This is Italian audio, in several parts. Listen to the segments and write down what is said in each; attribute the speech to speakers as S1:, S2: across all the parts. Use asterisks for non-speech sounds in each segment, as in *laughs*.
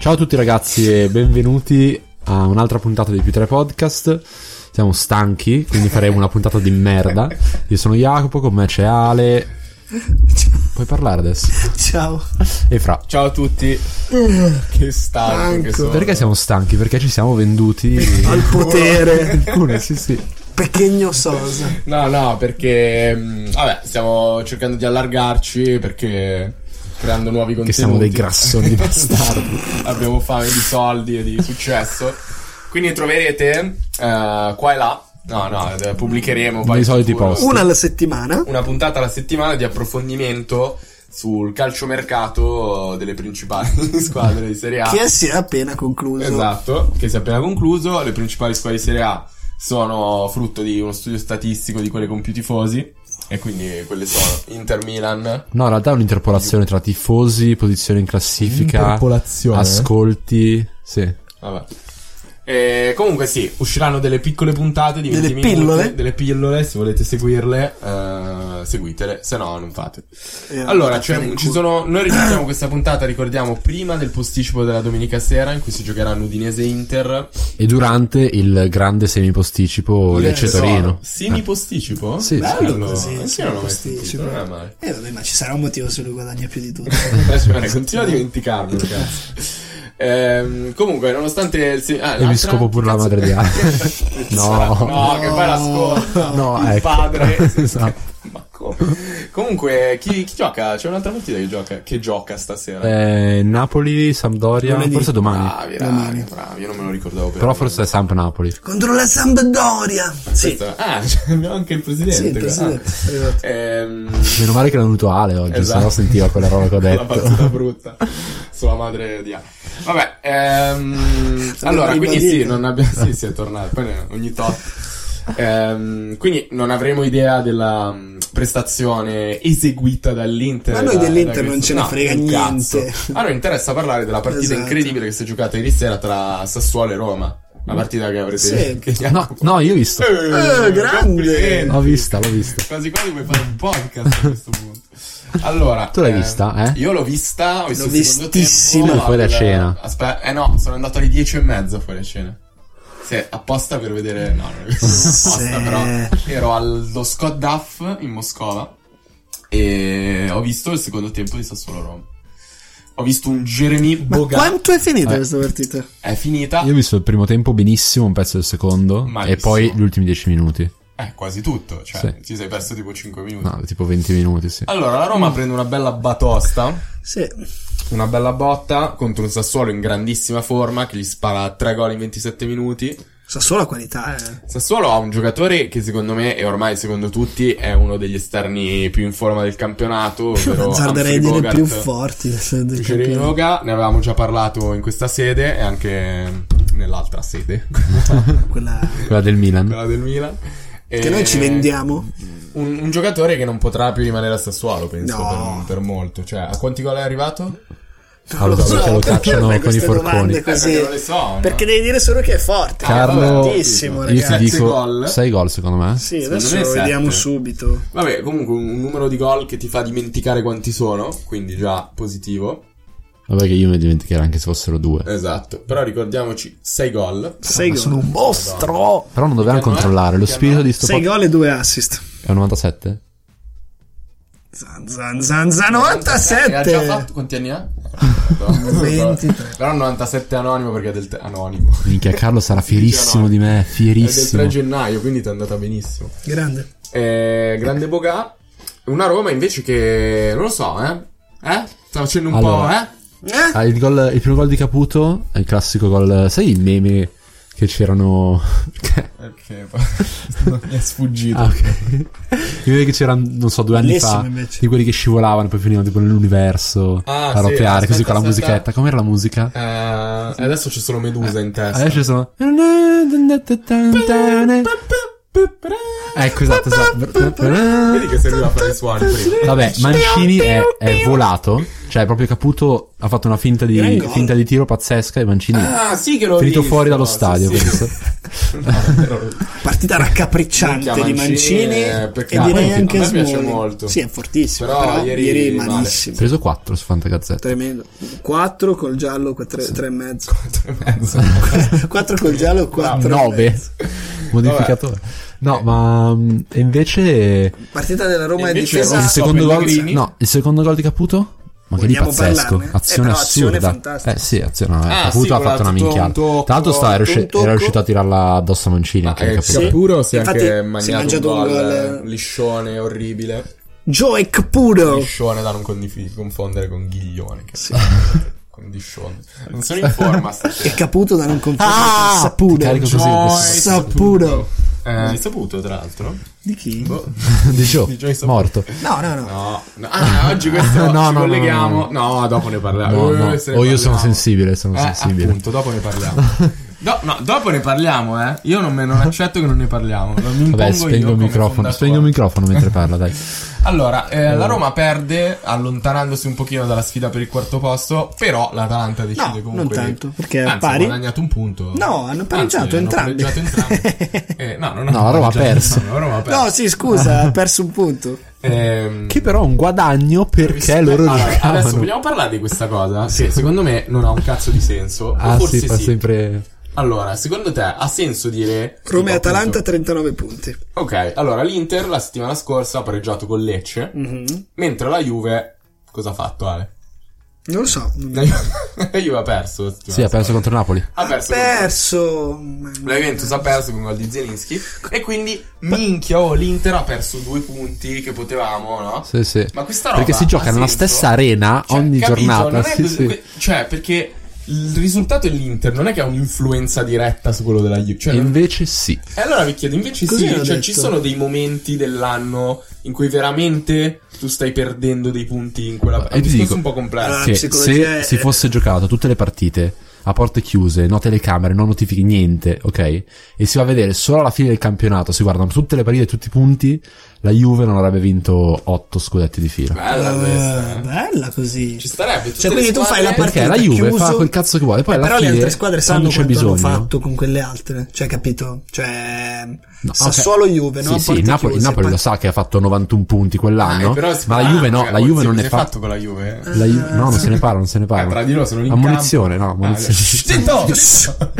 S1: Ciao a tutti ragazzi e benvenuti a un'altra puntata di Più 3 Podcast. Siamo stanchi, quindi faremo una puntata di merda. Io sono Jacopo, con me c'è Ale. Puoi parlare adesso?
S2: Ciao.
S1: E Fra.
S3: Ciao a tutti. che stanco che
S2: Stanco.
S3: sono.
S1: Perché siamo stanchi? Perché ci siamo venduti.
S2: *laughs* Al potere.
S1: Alcune, sì, sì.
S2: Pequeño Sosa.
S3: No, no, perché mh, vabbè, stiamo cercando di allargarci perché creando nuovi contenuti.
S1: Che siamo dei
S3: *laughs*
S1: grassoni bastardi.
S3: Abbiamo fame di soldi e di successo. Quindi troverete eh, qua e là. No, no, eh, pubblicheremo poi
S1: Nei
S3: in
S1: soliti
S3: futuro
S1: posti.
S2: Una alla settimana.
S3: Una puntata alla settimana di approfondimento sul calciomercato delle principali *laughs* squadre di Serie A.
S2: Che si è appena concluso.
S3: Esatto, che si è appena concluso. Le principali squadre di Serie A sono frutto di uno studio statistico di quelle con più tifosi. E quindi quelle sono Inter Milan.
S1: No, in realtà è un'interpolazione tra tifosi, posizione in classifica,
S4: Interpolazione?
S2: eh?
S1: ascolti. Sì.
S3: Vabbè. E comunque sì, usciranno delle piccole puntate di
S2: Delle
S3: 20 minuti,
S2: pillole?
S3: delle pillole, se volete seguirle, eh, seguitele, se no non fate.
S2: Eh,
S3: Allora,
S2: andate a
S3: c'è-
S2: fare in
S3: ci
S2: culo.
S3: sono, noi registriamo questa puntata, ricordiamo, prima del posticipo della domenica sera in cui si giocheranno Udinese e Inter.
S1: E durante il grande semiposticipo Lecce Torino.
S3: Semi posticipo?
S1: Eh. Sì, sì.
S2: Bello così,
S3: Anch'io non l'ho mai
S2: semiposticipo.
S3: sentito, non è
S1: *laughs*
S3: male.
S2: Eh, vabbè, ma ci sarà un motivo se lui guadagna più di tutto.
S3: Continua a
S1: *laughs*
S3: dimenticarlo, ragazzi. Ehm, comunque, nonostante il se- ah,
S1: Eh, E mi
S3: l'altra-
S1: scopo pure la
S3: Cazzo,
S1: madre di Ale.
S3: *laughs* no,
S1: no,
S3: che poi la scuola.
S1: no,
S3: Il
S1: ecco.
S3: padre.
S1: *laughs* Esatto.
S3: Ma come? Comunque, chi, chi gioca? C'è un'altra partita che gioca, che gioca stasera.
S1: Eh, Napoli, Sampdoria,
S2: Lunedì.
S1: forse domani.
S3: bravi, bravi,
S2: domani.
S3: bravi, io non me lo ricordavo per
S1: Però forse è Samp Napoli.
S2: Contro la Sampdoria. Sì.
S3: Questo- Ah, *laughs* cioè, abbiamo anche il presidente.
S2: Sì, il
S3: qua.
S2: presidente. è arrivato.
S3: Ehm,
S1: Meno male che l'ha venuto Ale oggi,
S3: Esatto.
S1: sennò sentiva quella roba che ho
S3: *laughs* la
S1: detto.
S3: battuta brutta sulla madre di A. Vabbè, ehm, allora, quindi sì,
S2: ribadire.
S3: non abbiamo... Sì, sì, è tornato, poi ne- ogni tot. Ehm, quindi non avremo idea della mh, prestazione eseguita dall'Inter.
S2: Ma a noi
S3: da-
S2: dell'Inter
S3: da
S2: non
S3: questo-
S2: ce ne
S3: no,
S2: frega
S3: un cazzo.
S2: niente.
S3: A noi interessa parlare della partita
S2: Esatto.
S3: incredibile che si è giocata ieri sera tra Sassuolo e Roma. Una partita che avrete...
S2: Sì.
S3: che-
S1: No, no, io ho visto.
S3: Eh,
S2: Eh, grande.
S3: complimenti.
S1: L'ho vista, l'ho vista.
S3: Quasi quasi vuoi fare un podcast a questo punto. Allora, ehm,
S1: Tu l'hai vista, eh?
S3: Io l'ho vista, ho visto
S2: L'ho
S3: il secondo
S2: vistissima.
S3: tempo
S1: Fuori da
S3: al-
S1: cena.
S3: Aspetta, eh no, sono andato alle 10 e mezza fuori a cena. Sì, apposta per vedere. No, non è vero, apposta,
S2: Sì.
S3: però ero allo Scott Duff in Moscova e ho visto il secondo tempo di Sassuolo Roma. Ho visto un Jeremy
S2: Ma
S3: Boga. Eh.
S2: quanto è finita questa partita?
S3: È finita.
S1: Io ho visto il primo tempo benissimo, un pezzo del secondo,
S3: Malissimo.
S1: e poi gli ultimi 10 minuti.
S3: Eh, quasi tutto. Cioè,
S1: Sì.
S3: ti sei perso tipo 5 minuti.
S1: No, tipo 20 minuti, sì.
S3: Allora, la Roma prende una bella batosta.
S2: Sì.
S3: Una bella botta contro un Sassuolo in grandissima forma che gli spara 3 gol in 27 minuti.
S2: Sa solo la qualità, eh.
S3: Sassuolo ha un giocatore che secondo me e ormai secondo tutti è uno degli esterni più in forma del campionato,
S2: *laughs*
S3: ovvero
S2: Azzarderei a
S3: Humphrey
S2: dire
S3: Bogart.
S2: più forti del- del
S3: Jeremy
S2: campionato.
S3: Boga, ne avevamo già parlato in questa sede e anche
S2: *laughs*
S3: nell'altra sede,
S2: Quella
S1: Quella del Milan.
S3: quella del Milan.
S2: che noi
S3: Eh.
S2: ci vendiamo.
S3: Un, un giocatore che non potrà più rimanere a Sassuolo, penso,
S2: No.
S3: per, per molto. Cioè, a quanti gol è arrivato?
S2: Non lo
S1: Allora, perché lo
S2: perché
S1: cacciano
S2: fai
S1: con i
S2: queste
S1: forconi?
S2: domande così?
S3: Eh, perché non le so, no?
S2: Perché devi dire solo che è forte.
S1: Carlo-
S2: è fortissimo,
S1: Io ti
S2: ragazzi.
S3: Sette
S1: dico
S3: gol.
S1: 6 gol secondo me.
S2: Sì,
S3: Secondo
S2: adesso
S3: me è
S2: lo
S3: sette.
S2: vediamo subito.
S3: Vabbè, comunque un un numero di gol che ti fa dimenticare quanti sono, quindi già positivo.
S1: Vabbè che io mi dimenticherò anche se fossero due.
S3: Esatto, però ricordiamoci 6 gol.
S2: Sei gol.
S4: un mostro!
S1: Però non dovevano
S3: Chiamare-
S1: controllare, lo spirito di sto
S2: Sei
S1: podcast
S2: gol e due assist.
S1: è un
S3: *laughs*
S1: 97?
S2: Zan zan zan zan
S3: E Ha già
S2: 97.
S3: fatto quanti anni ha?
S2: 23.
S3: Però 97 anonimo perché è del te- anonimo.
S1: Minchia, Carlo sarà fierissimo di me,
S3: È del 3
S1: fierissimo.
S3: gennaio, quindi ti è andata benissimo.
S2: Grande.
S3: Eh, grande Bogà. Una Roma invece che non lo so, eh. Eh? Sta facendo un
S1: Allora.
S3: po', eh?
S2: Eh?
S1: Ah, il, gol- il primo gol di Caputo è il classico gol. Sai i meme che
S3: *laughs*
S1: c'erano.
S3: Perché
S1: *laughs*
S3: mi è sfuggito.
S1: ah, ok. I meme che c'erano, non so, due anni
S2: Bellissimo,
S1: fa.
S2: invece.
S1: Di quelli che scivolavano, poi finivano tipo nell'universo
S3: Ah,
S1: a
S3: sì,
S1: roteare, così
S3: aspetta,
S1: con la
S3: aspetta.
S1: musichetta. Com'era la musica?
S3: Eh, adesso c'è solo Medusa in testa.
S1: Adesso sono. Eh, Ecco, esatto, esatto.
S3: Vedi che serviva a fare i suoni prima.
S1: Vabbè, Mancini è, è volato, cioè proprio Caputo ha fatto una finta di,
S2: Gran gol.
S1: finta di tiro pazzesca e Mancini è
S3: Ah, sì che l'ho
S1: finito
S3: visto.
S1: fuori dallo
S3: Sì, *laughs*
S1: stadio,
S3: sì.
S1: penso.
S2: *laughs* Partita raccapricciante
S3: Minchia,
S2: di
S3: Mancini
S2: Mancini
S3: è
S2: e
S3: peccato.
S2: direi
S3: A
S2: anche
S3: me piace
S2: Smalling.
S3: molto.
S2: Sì, è fortissimo,
S3: Però
S2: però,
S3: ieri
S2: ieri,
S3: male.
S2: malissimo.
S1: preso 4 su Fantagazzetta.
S2: Tremendo. 4 col giallo, 3 e *laughs* mezzo.
S3: e mezzo.
S2: 4 col giallo, 4
S1: 9 modificatore. No, ma mm, e invece
S2: Partita della Roma
S3: E
S2: è
S3: invece
S2: difesa.
S1: il
S3: Rosso
S1: secondo gol
S3: Pellegrini?
S1: no, il secondo gol di Caputo? Ma che di
S2: Vogliamo
S1: pazzesco,
S2: parlarne? Eh,
S1: azione
S2: però azione
S1: assurda.
S2: fantastica.
S1: eh sì, azione. no, eh,
S3: Ah,
S1: Caputo
S3: sì,
S1: ha
S3: quella
S1: fatto una
S3: tutto un
S1: minchiata.
S3: tocco, Ah, eh,
S1: Tra l'altro sta- era, riusci-
S2: un tocco.
S1: era riuscito a tirarla addosso a Mancini
S3: Ma
S1: anche *laughs*
S3: è
S1: Caputo.
S3: sicuro si è
S2: Infatti, si
S3: anche
S2: è
S3: mangiato un
S2: mangiato
S3: gol,
S2: un
S3: eh,
S2: gol-
S3: liscione orribile.
S2: Joe Caputo.
S3: Liscione da non condifi- confondere con Ghiglione. Che *laughs* con Discione. Non sono in forma
S2: E
S3: *laughs* stasera.
S2: Caputo da non confondere
S1: Ah!
S2: con
S1: Ti
S2: Saputo.
S1: carico così,
S3: Joy
S1: questo-
S2: Saputo.
S3: Eh, hai saputo tra l'altro?
S2: Di chi?
S3: Boh.
S1: di Joe,
S3: Di Joe, insomma.
S1: "Oh, morto.
S2: No, no, no.
S3: No, no. Ah, oggi questo
S1: *laughs* No,
S3: no,
S1: no,
S3: ci
S1: no,
S3: colleghiamo. No, dopo ne parliamo.
S1: No,
S3: Eh,
S1: no.
S3: se ne
S1: O io sono
S3: parliamo.
S1: sensibile, sono
S3: Eh,
S1: sensibile.
S3: appunto, dopo
S1: *laughs*
S3: ne parliamo. Do- no, dopo ne parliamo, eh. Io non, me- non accetto che non ne parliamo. Non mi
S1: Vabbè,
S3: impongo io
S1: spengo il
S3: come
S1: microfono,
S3: fondatore.
S1: spengo il microfono mentre parla, dai.
S3: Allora, eh, la Roma perde allontanandosi un pochino dalla sfida per il quarto posto, però l'Atalanta decide
S2: No,
S3: comunque
S2: non
S3: di-
S2: tanto, perché
S3: Anzi,
S2: pari.
S3: ha guadagnato un punto.
S2: No, hanno pareggiato
S3: Anzi, hanno
S2: entrambi.
S3: pareggiato
S2: *laughs*
S3: entrambi. Eh, no, non hanno
S1: No, la Roma ha
S3: pareggiato,
S1: perso.
S3: no, la Roma ha perso.
S2: No, sì, scusa, ha perso un punto.
S3: Ehm,
S1: Che però è un guadagno perché loro
S3: Allora, Adesso
S1: giocavano.
S3: vogliamo parlare di questa cosa? Che secondo me non ha un cazzo di senso. o
S1: Ah
S3: forse
S1: sì,
S3: sì.
S1: fa sempre
S3: Allora, secondo te ha senso dire.
S2: *laughs* Roma e
S3: tipo,
S2: Atalanta
S3: appunto-
S2: 39 punti.
S3: Ok, allora l'Inter la settimana scorsa ha pareggiato con Lecce.
S2: Mm-hmm.
S3: Mentre la Juve. Cosa ha fatto, Ale?
S2: Non lo so.
S3: La *laughs* Ju- la Juve ha perso. la settimana
S1: Sì, ha perso contro Napoli.
S3: scorsa. Ha perso.
S2: Perso.
S3: La Juventus ha perso con gol di Zelinski. E quindi, minchia, oh, l'Inter ha perso due punti che potevamo, no?
S1: Sì, sì.
S3: Ma questa roba
S1: Perché si gioca
S3: ha
S1: nella
S3: senso?
S1: stessa arena
S3: Cioè,
S1: ogni
S3: capito?
S1: giornata.
S3: Non è
S1: Sì,
S3: così-
S1: sì.
S3: que- Cioè, perché il risultato dell'Inter non è che ha un'influenza diretta su quello della
S1: E
S3: Juve. Cioè,
S2: Certo.
S3: non-
S1: invece sì.
S3: E allora vi chiedo, invece
S2: Così
S3: sì,
S2: l'ho
S3: cioè,
S2: detto.
S3: ci sono dei momenti dell'anno in cui veramente tu stai perdendo dei punti in quella... È
S1: E
S3: un
S1: Eh, ti
S3: discorso
S1: dico- Eh,
S3: un po' complesso.
S2: Ah,
S1: Che
S2: psicologia
S1: se
S2: è-
S1: si fosse giocato tutte le partite a porte chiuse, no telecamere, no notifiche, niente, ok? E si va a vedere solo alla fine del campionato, si guardano tutte le partite, tutti i punti, la Juve non avrebbe vinto 8 scudetti di fila.
S3: Bella questa, eh.
S2: bella così.
S3: Ci starebbe. tutte
S2: Cioè, quindi
S3: le
S2: tu fai
S3: squadre-
S2: la
S1: Perché
S2: partita
S1: la Juve
S2: chiuso,
S1: fa quel cazzo che vuole, poi
S2: eh,
S1: alla
S2: però le
S1: fine,
S2: altre squadre
S1: quando
S2: sanno
S1: c'è
S2: quanto hanno
S1: bisogno.
S2: fatto con quelle altre, cioè capito? Cioè
S1: No,
S2: Sassuolo
S1: ok.
S2: Juve,
S1: Sì,
S2: no?
S1: sì, il Napoli, il Napoli lo sa che ha fatto 91 punti quell'anno,
S3: Eh, però si-
S1: ma la Juve no,
S3: cioè,
S1: la Juve
S3: oddio,
S1: non
S3: che
S1: ne
S3: si è
S1: fa.
S3: fatto con la Juve.
S1: La Ju- no, non se
S3: *laughs*
S1: ne parla, non se ne
S3: Eh, tra
S1: parla.
S3: di loro sono lì in
S1: Ammonizione,
S3: campo.
S1: no,
S3: Ah,
S1: ammonizione. *laughs*
S3: zitto,
S2: Dio.
S3: zitto.